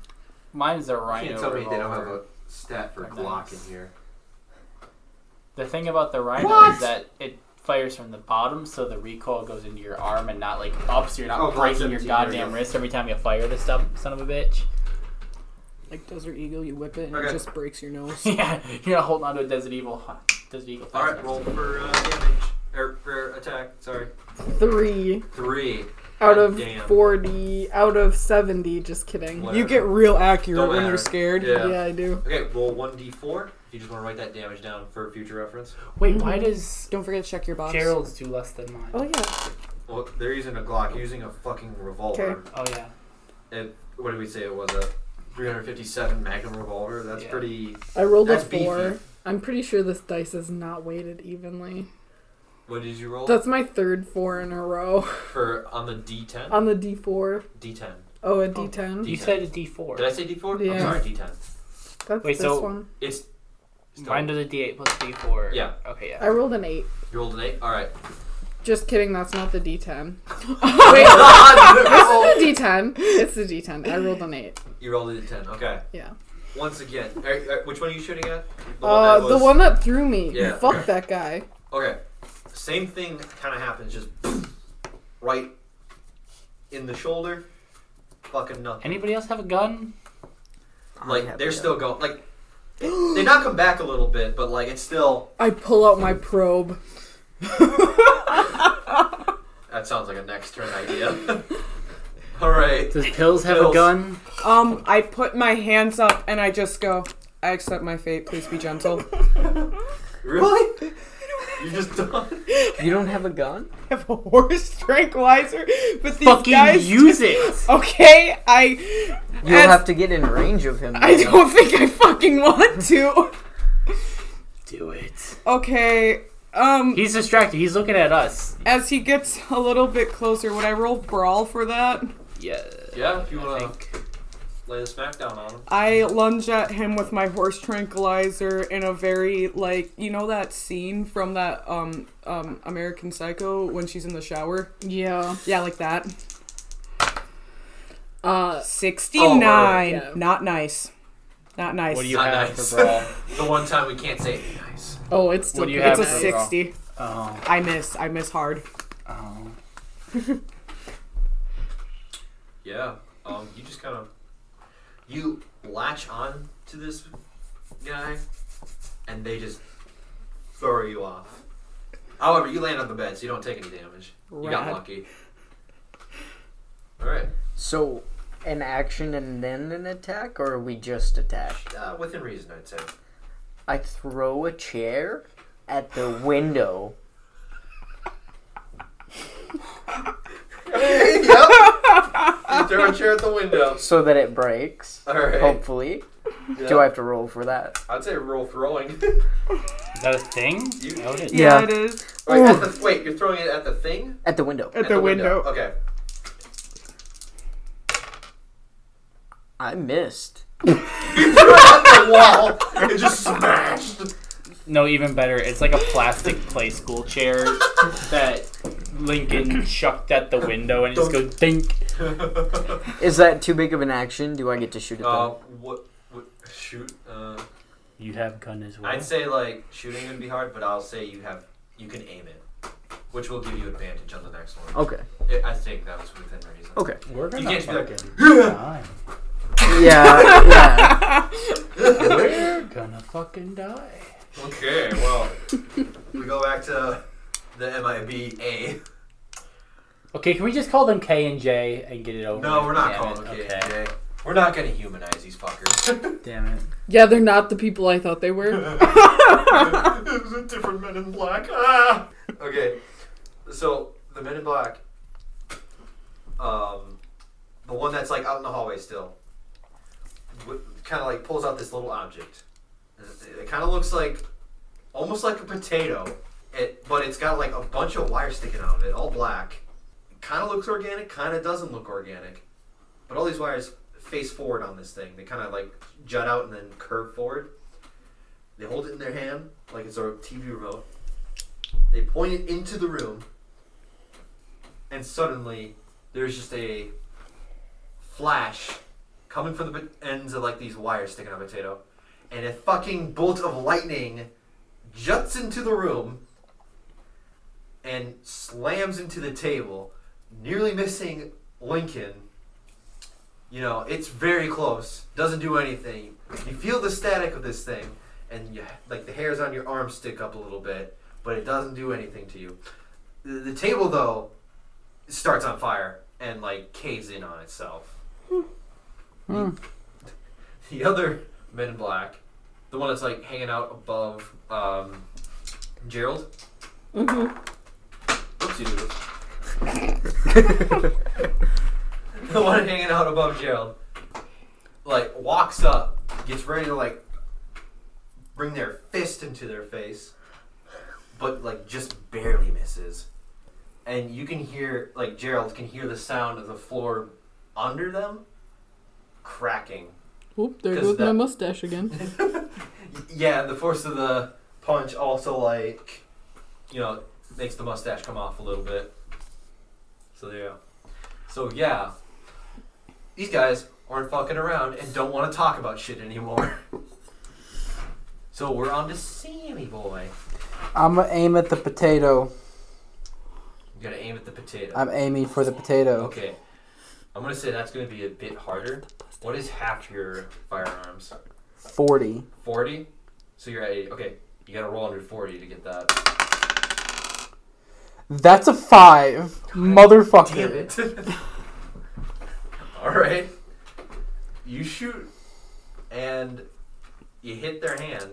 Mine's a I rhino can't tell me they don't have a revolver. stat for Nice. Glock in here. The thing about the rhino is that it fires from the bottom, so the recoil goes into your arm and not like up, so you're not Oh, Glock breaking your 17, there you goddamn go. wrist every time you fire this stuff, son of a bitch. Like Desert Eagle, you whip it and Okay. it just breaks your nose. yeah, you're not holding onto a Desert Eagle. Desert Eagle. All right, roll for uh, damage or for attack. Sorry, Three three. out of Damn. forty, out of seventy. Just kidding. Whatever. You get real accurate Don't when you're matter. scared. Yeah. Yeah, I do. Okay, roll one d4. you just want to write that damage down for future reference? Wait, why does Don't forget to check your box. Gerald's do less than mine? Oh yeah. Well, they're using a Glock, using a fucking revolver. Oh yeah. It, what did we say it was? A 357 Magnum revolver? That's Yeah. pretty. I rolled That's a four. beefy. I'm pretty sure this dice is not weighted evenly. What did you roll? That's my third four in a row for on the D10? on the D4. D10. Oh, a D10. You D10. said a D four. Did I say D4? I'm Yeah. sorry, D10. That's Wait, this so- one. It's. still- Mine does a D eight plus D four. Yeah. Okay. Yeah. I rolled an eight. You rolled an 8? Alright. Just kidding. That's not the D10. Wait, Oh, it's the D10. It's the D10. I rolled an eight. you rolled a D10. Okay. Yeah. Once again. All right, all right, which one are you shooting at? The Uh, that the was- one that threw me. Yeah. Fuck that guy. Okay. Same thing kind of happens, just right in the shoulder. Fucking nothing. Anybody else have a gun? like they're still going. Like it- they knock him back a little bit, but like it's still. I pull out my probe. That sounds like a next turn idea. All right. Does pills have Pills. a gun? Um, I put my hands up and I just go, I accept my fate, please be gentle. Really? You just done? You don't have a gun? I have a horse tranquilizer, but these Fucking guys. use it. okay, I. You'll as- have to get in range of him. I though. don't think I fucking want to. Do it. Okay, um, He's distracted. He's looking at us. as he gets a little bit closer, would I roll brawl for that? Yeah. Yeah. If you wanna think. lay the smackdown on him. I lunge at him with my horse tranquilizer in a very like you know that scene from that um um American Psycho when she's in the shower. Yeah. Yeah, like that. Uh, Sixty-nine. Oh, yeah. Not nice. Not nice. What do you Not have nice. for brawl? The one time we can't say nice. oh, it's still What do you It's pretty a have nice. for brawl? sixty. Oh. I miss. I miss hard. Oh. Yeah. Um, you just kind of you latch on to this guy, and they just throw you off. However, you land on the bed, so you don't take any damage. You got Rad. lucky. All right. So, an action and then an attack, or we just attack? Uh, within reason, I'd say. I throw a chair at the window. yep. You throw a chair at the window. so that it breaks. All right. Hopefully, do I have to roll for that? I'd say roll throwing. Is that a thing? You- Oh, it is. Yeah. it is. wait, at the, wait, you're throwing it at the thing? At the window, At, the, window. Okay. I missed. You threw it at the wall. It just smashed. No, even better. It's like a plastic play school chair that Lincoln chucked at the window and it just goes dink. Is that too big of an action? Do I get to shoot at Uh, them? what? What? Shoot. Uh, You have gun as well. I'd say like shooting would be hard, but I'll say you have you can aim it, which will give you advantage on the next one. Okay. I- I think that was within reason. Okay. We're You can't be like, die. Yeah. yeah. We're gonna fucking die. Okay. Well, we go back to the MIBA. Okay, can we just call them K and J and get it over? No, with? we're not Damn calling it. it okay. We're not gonna humanize these fuckers. Damn it. Yeah, they're not the people I thought they were. it was a different Men in Black. Ah! Okay, so the Men in Black, um, the one that's like out in the hallway still, kind of like pulls out this little object. It, it kind of looks like, almost like a potato, it, but it's got like a bunch of wire sticking out of it, all black. Kind of looks organic, kind of doesn't look organic, but all these wires face forward on this thing. They kind of like jut out and then curve forward. They hold it in their hand like it's a TV remote. They point it into the room, and suddenly there's just a flash coming from the pot- ends of like these wires sticking on a potato, and a fucking bolt of lightning juts into the room and slams into the table, nearly missing Lincoln. You know, it's very close. Doesn't do anything. You feel the static of this thing, and you, like the hairs on your arm stick up a little bit, but it doesn't do anything to you. The, the table though starts on fire and like caves in on itself. The other men in black the one that's like hanging out above um, Gerald. Oopsie doodles. the one hanging out above Gerald, like walks up, gets ready to like bring their fist into their face, but like just barely misses. And you can hear, like Gerald can hear the sound of the floor under them cracking. Whoop, there 'Cause goes my that- mustache again. Yeah, the force of the punch also like you know makes the mustache come off a little bit. So there you go. So yeah, these guys aren't fucking around and don't want to talk about shit anymore. so we're on to Sammy boy. I'm gonna aim at the potato. You gotta aim at the potato. I'm aiming for the potato. okay, I'm gonna say that's gonna be a bit harder. What is half your firearms? 40. Forty. So you're at 80. okay. You gotta roll under forty to get that. That's a 5. Motherfucker. Damn it. All right. You shoot and you hit their hand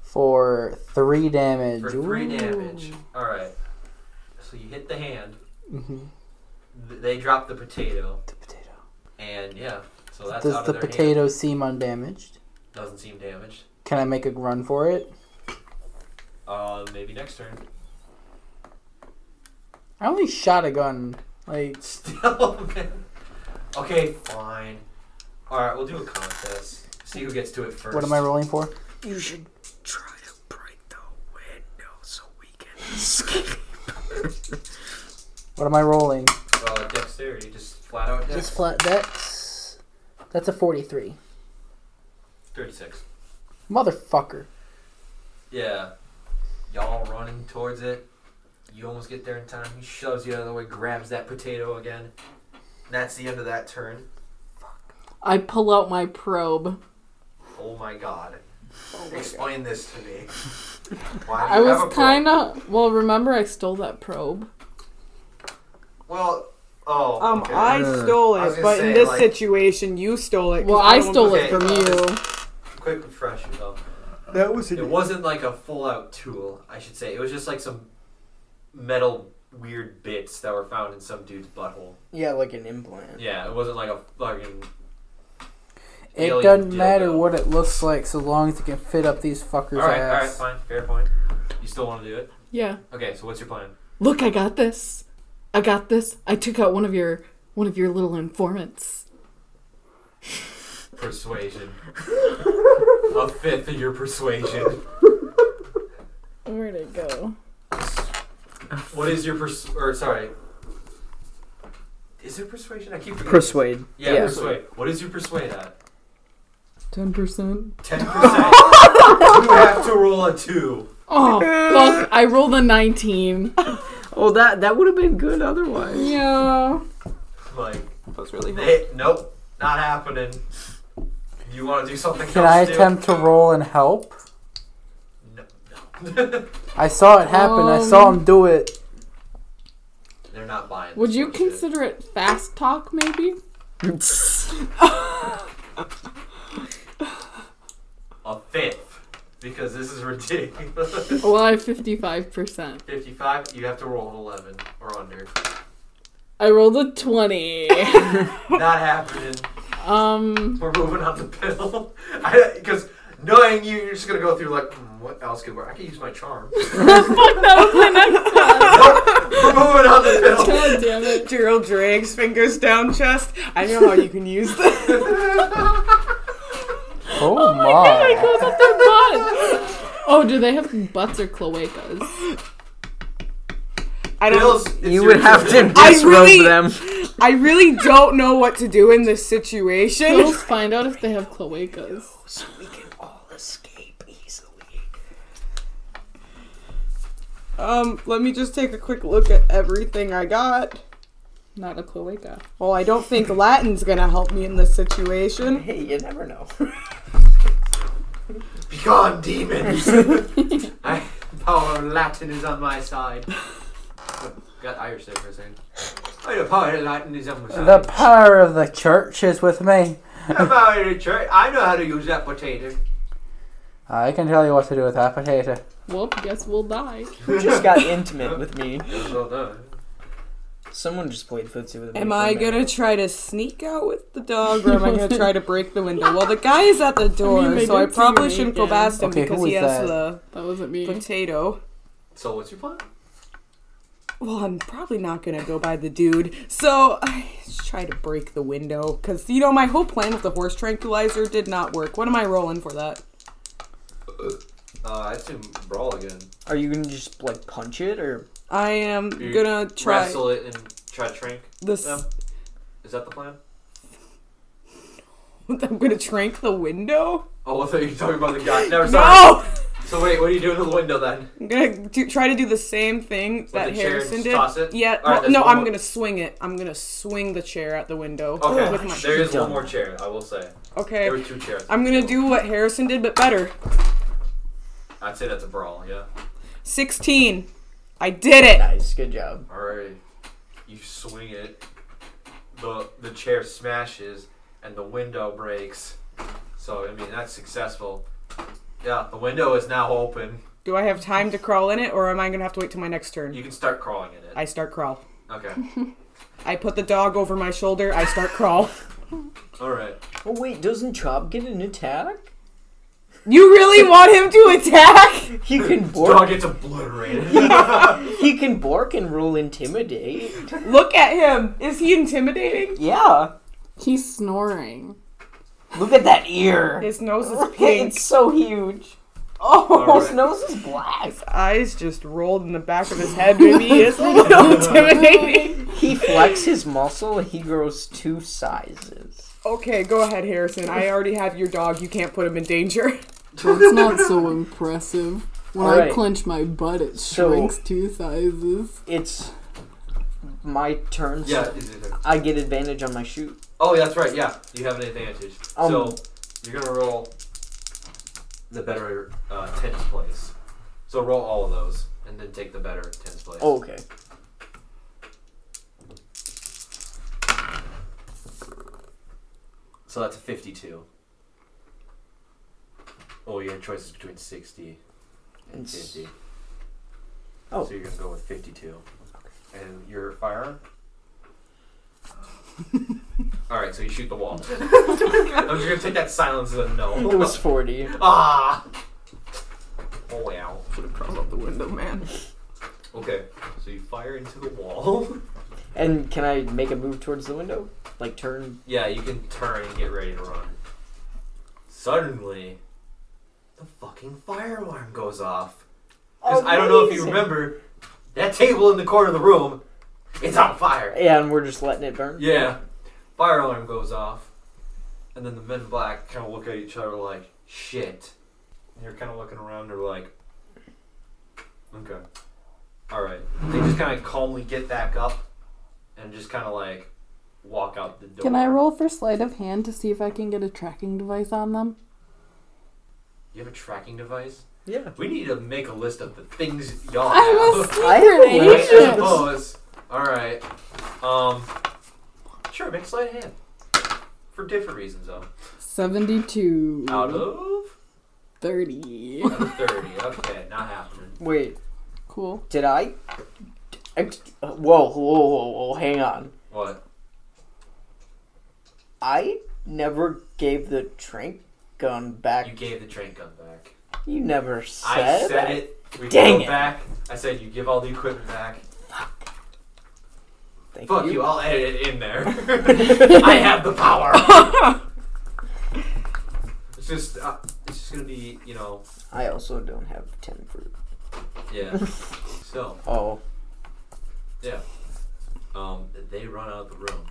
For 3 damage. for three Ooh. damage. All right. So you hit the hand. Mhm. Th- They drop the potato, The potato. and yeah. So that's Does out of the their potato hand. seem undamaged? Doesn't seem damaged. Can I make a run for it? Uh, maybe next turn. I only shot a gun. Like, Still, man. Okay, fine. All right, we'll do a contest. See who gets to it first. what am I rolling for? You should try to break the window so we can. What am I rolling? Uh, dexterity, just flat out dex. Just flat. That's that's a forty-three. Thirty-six. Motherfucker. Yeah. Y'all running towards it. You almost get there in time. He shoves you out of the way, grabs that potato again. And that's the end of that turn. I pull out my probe. Oh my god. Oh Explain this to me. Why do I you have a was pro- kind of well. Remember, I stole that probe. Well, oh. Um, okay. I stole I was it, gonna but say, in this like- situation, you stole it. 'cause Well, I don't stole okay. it from you. Quick refresher though. That was e- It wasn't like a full out tool, I should say. It was just like some metal weird bits that were found in some dude's butthole. Yeah, like an implant. Yeah, it wasn't like a fucking. It alien doesn't matter dildo. what it looks like, so long as it can fit up these fuckers' Alright, alright, ass. fine. Fair point. You still want to do it? Yeah. Okay, so what's your plan? Look, I got this. I got this. I took out one of your one of your little informants. Persuasion. a fifth of your persuasion. Where'd it go? What is your pers? Or sorry. Is it persuasion? I keep forgetting. Persuade. Yeah, yeah. persuade. What is your persuade at? Ten percent. Ten percent. you have to roll a two. Oh fuck! I rolled a nineteen. Oh, that that would have been good otherwise. Yeah. Like, That was really eh, nope, not happening. You want to do something Can else? I dude? attempt to roll and help? No, no. I saw it happen. I saw him do it. They're not buying. Would this you bullshit. consider it fast talk? Maybe. a fifth? Because this is ridiculous. Well, I have fifty-five percent. Fifty-five. You have to roll an eleven or under. I rolled a twenty. Not happening. um. We're moving on the pill. Because knowing you, you're just going to go through, like, "Hmm, what else could work? I could use my charm. We're moving on the pill. God damn it. Gerald drags fingers down chest. I know how you can use this. Oh, my! God, What's up their butts? Oh, do they have butts or cloacas? I Bills, don't. it's You your would have turn. to I disrobe really- them. I really don't know what to do in this situation. Let's find out if they have cloacas. So we can all escape easily. Um, let me just take a quick look at everything I got. Not a cloaca. Well, I don't think Latin's gonna help me in this situation. Hey, you never know. Begone, demons. I, power of Latin is on my side. Got Irish there for a second. Oh, the power of Latin is on my side. the power of the church is with me. The power of the church. I know how to use that potato. I can tell you what to do with that potato. Well, guess we'll die. Who just got intimate with me? well done. Someone just played footsie with me. Am for a I minute. gonna try to sneak out with the dog, or am I gonna try to break the window? Well, the guy is at the door, they so I did see probably me shouldn't go again. past him Okay, who because he was has That wasn't me. the potato. So what's your plan? Well, I'm probably not gonna go by the dude, so I just try to break the window because you know my whole plan with the horse tranquilizer did not work. What am I rolling for that? Uh, I assume brawl again. Are you gonna just like punch it or? I am You gonna try Wrestle it and try to shrink this. them. Is that the plan? I'm gonna trank the window. Oh, I thought you were talking about the guy. Never saw. No, So wait, what are you doing to the window then? I'm gonna do, try to do the same thing that the chair and Harrison just did. toss it? Yeah. All right, well, that's no, one I'm more. gonna swing it. I'm gonna swing the chair Oh, at the window with Okay, my. there is Done. one more chair. I will say Okay. there were two chairs. I'm gonna do what Harrison did, but better. I'd say that's a brawl. Yeah. 16. I did it. Nice, good job. All right. You swing it. the The chair smashes and the window breaks. So I mean that's successful. Yeah, the window is now open. Do I have time to crawl in it, or am I gonna have to wait till my next turn? You can start crawling in it. I start crawl. Okay. I put the dog over my shoulder. I start crawl. All right. Oh wait, doesn't Chop get an attack? you really want him to attack? He can Dog bork. gets obliterated. he can bork and roll intimidate. Look at him. Is he intimidating? Yeah, He's snoring. look at that ear. His nose is pink. It's so huge. Oh, His nose is black. eyes just rolled in the back of his head. Maybe he is a little intimidating. He flexes his muscle. He grows two sizes. Okay, go ahead, Harrison. I already have your dog. You can't put him in danger. That's not so impressive. When I Alright. clench my butt, it So- shrinks two sizes. It's my turn. so yeah. it is there. I get advantage on my shoot. Oh, that's right. Yeah, you have an advantage. so Um, you're gonna roll the better uh, tense place. So roll all of those, and then take the better tense place. Oh, okay. So that's a 52. Oh, your choice is between 60 and It's- 50. Oh. So you're gonna go with 52. And your firearm. all right, so you shoot the wall. I'm just gonna take that silence as a no. It was forty. Ah. Oh wow. Should have crawled out the window, man. Okay, so you fire into the wall. And can I make a move towards the window? Like turn? yeah, you can turn and get ready to run. Suddenly, the fucking fire alarm goes off. Because I don't know if you Amazing. remember, that table in the corner of the room, it's on fire. Yeah, and we're just letting it burn. Yeah, fire alarm goes off. And then the men in black kind of look at each other like, shit. And they're kind of looking around, they're like, okay. Alright. They just kind of calmly get back up and just kind of like walk out the door. Can I roll for sleight of hand to see if I can get a tracking device on them? You have a tracking device? Yeah. We need to make a list of the things y'all I'm a have. I secret have I agent. agent! suppose. Alright. Um, sure, make sleight of hand. For different reasons, though. 72. Mm-hmm. Out of? 30. 30. Okay, not happening. Wait, Cool. did I? ex- Whoa, whoa, whoa, whoa! Hang on. What? I never gave the trank gun back. You gave the train gun back. You never said. I said that. it. We Dang can go it. back. I said you give all the equipment back. Thank Fuck you, I'll edit it in there. I have the power. it's just, uh, it's just gonna be, you know, I also don't have ten fruit. yeah. So, Oh, um, they run out of the room.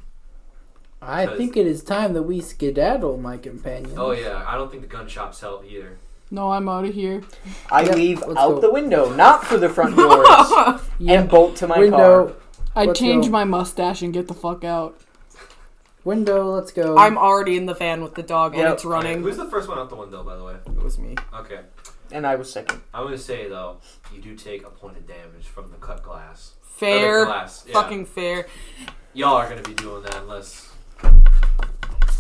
I think it is time that we skedaddle, my companion. Oh yeah, I don't think the gun shops help either. No, I'm out of here. I Yep, leave out let's go. the window, not for the front doors, and bolt to my window, car. I Let's change go. my mustache and get the fuck out. window. Let's go. I'm already in the van with the dog, and Yep. it's running. Who's the first one out the window, by the way? It was me. Okay, And I was second. I'm gonna say though, you do take a point of damage from the cut glass. Or the Fair. glass, yeah. Fucking fair. Y'all are gonna be doing that unless.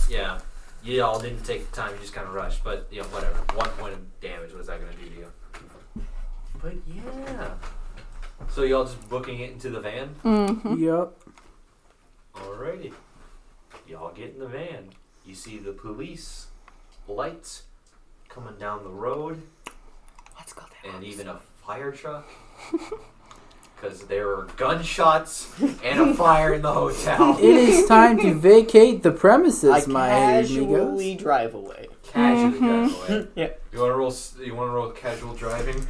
Yeah. You all didn't take the time. You just kind of rushed. But you know, whatever. One point of damage. What is that going to do to you? But yeah. So y'all just booking it into the van? Yep. Alrighty. Y'all get in the van. You see the police lights coming down the road. Let's go there. and even a fire truck because there were gunshots and a fire in the hotel. It is time to vacate the premises, I my casually amigos. drive away. Casually drive away. Yeah. You want to roll? s- You want to roll casual driving?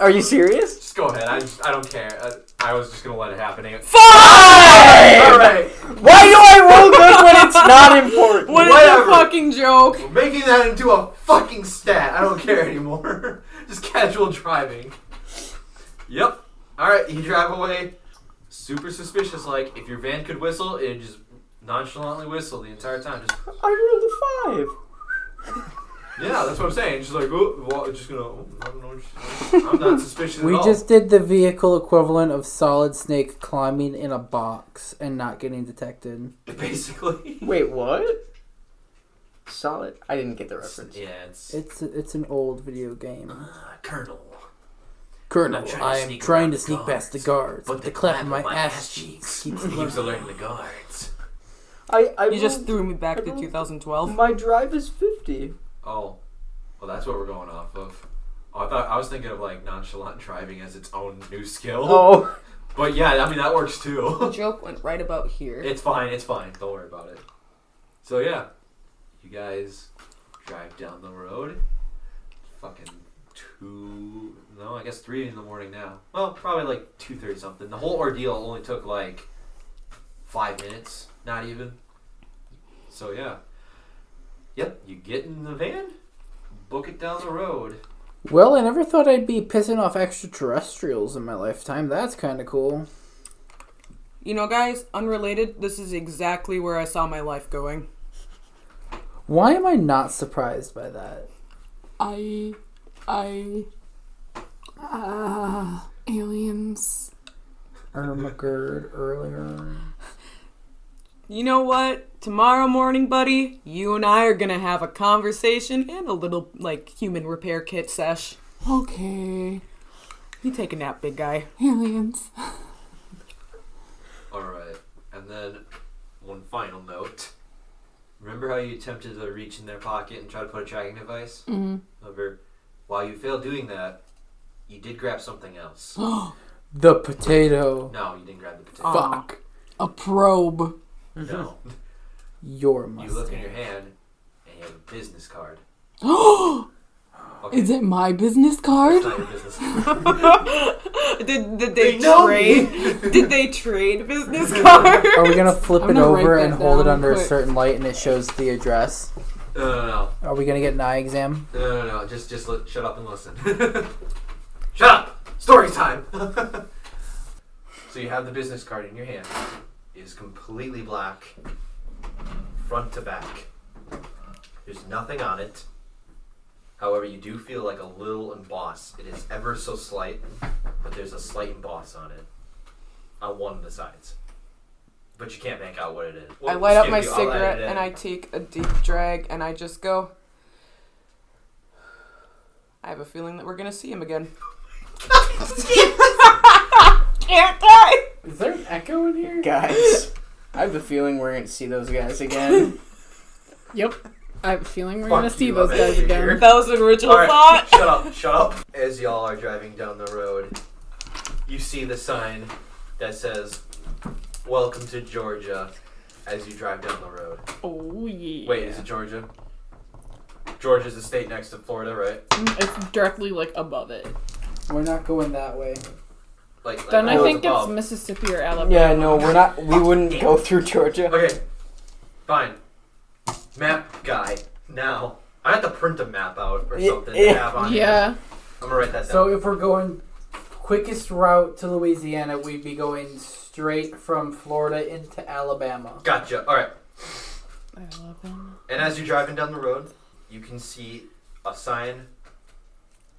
Are you serious? just go ahead. I, just- I don't care. Uh, I was just gonna let it happen. Anyway. Fine! All right, Why do I roll good when it's not important? What is Whatever. a fucking joke? we're making that into a fucking stat. I don't care anymore. just casual driving. Yep. All right, you drive away. Super suspicious. Like if your van could whistle, it'd just nonchalantly whistle the entire time. Just I rolled a five. Yeah, that's what I'm saying. She's like, oh, well, it's just gonna. oh, I don't know. What she's doing." I'm not suspicious We at all. just did the vehicle equivalent of Solid Snake climbing in a box and not getting detected. basically. Wait, what? Solid. I didn't get the reference. Yeah, it's It's it's an old video game. uh, Colonel. Colonel, trying to I am sneak trying around to the sneak past the guards, guards, but but the the clap clap of of my my ass ass cheeks cheeks keeps Keeps alerting the guards. I, I You just rolled- threw me back to 2012. My drive is 50. Oh, well, that's what we're going off of. Oh, I thought I was thinking of like nonchalant driving as its own new skill. Oh. But yeah, I mean that works too. joke went right about here. it's fine. It's fine. Don't worry about it. So yeah, you guys drive down the road. Fucking two, no, I guess three in the morning now. Well, probably like two thirty something. The whole ordeal only took like five minutes, not even. So yeah, yep. You get in the van, book it down the road. Well, I never thought I'd be pissing off extraterrestrials in my lifetime. That's kind of cool. You know, guys, unrelated, this is exactly where I saw my life going. Why am I not surprised by that? I, I, uh, aliens. Ermagerd earlier. You know what? Tomorrow morning, buddy, you and I are gonna have a conversation and a little, like, human repair kit sesh. Okay, You take a nap, big guy. aliens. All right, and then one final note. Remember how you attempted to reach in their pocket and try to put a tracking device? Mm-hmm. However, while you failed doing that, you did grab something else. The potato. no, you didn't grab the potato. Fuck. A probe. No, Your you look in mustache. your hand and you have a business card. Is it my business It's card? not your business card. Did, did they, They know trade? did they trade business cards? Are we gonna flip I'm it gonna over write and that hold it down under a quick. certain light and it shows the address? No, no, no, Are we gonna get an eye exam? no, no, no, no. Just, just li- shut up and listen. shut up. Story time. so you have the business card in your hand. It is completely black, front to back. There's nothing on it. However, you do feel like a little emboss. It is ever so slight, but there's a slight emboss on it, on one of the sides. But you can't make out what it is. I Well, light up excuse my me, I'll edit cigarette it and in. I take a deep drag and I just go. I have a feeling that we're gonna see him again. Can't die! Is there an echo in here? Oh. Guys, I have a feeling we're going to see those guys again. Yep. I have a feeling we're Fuck gonna see you, those I'm guys out of again. here. That was an original All right, thought. Shut up, shut up. As y'all are driving down the road, you see the sign that says, Welcome to Georgia, as you drive down the road. Oh yeah. Wait, is it Georgia? Georgia's the state next to Florida, right? Mm, It's directly like above it. We're not going that way. Like, like Then I all think it's oh, above. Mississippi or Alabama. yeah, no, we're not. We wouldn't go through Georgia. Okay, fine. Map guy, now. I have to print a map out or Yeah, something yeah. to have on here. Yeah. I'm gonna write that down. So if we're going quickest route to Louisiana, we'd be going straight from Florida into Alabama. gotcha. All right. Alabama. And as you're driving down the road, you can see a sign,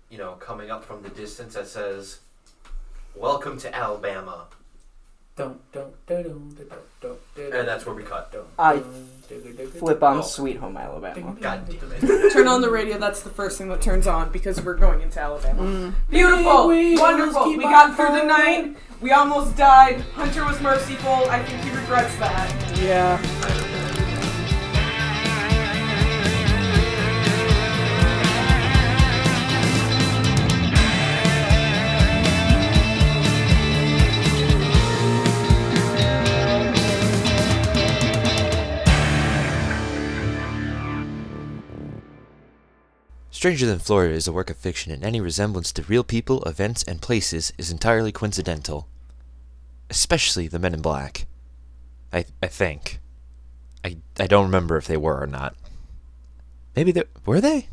you know, coming up from the distance that says, Welcome to Alabama. Don't, don't, don't, don't, don't, don't. And that's where we cut. I flip on Sweet Home Alabama. God damn it. Turn on the radio. That's the first thing that turns on because we're going into Alabama. Beautiful, Baby, wonderful. keep We on got through the going. night. We almost died. Hunter was merciful. I think he regrets that. Yeah. Stranger Than Florida is a work of fiction, and any resemblance to real people, events, and places is entirely coincidental. Especially the men in black. I, I think. I, I don't remember if they were or not. Maybe they were they?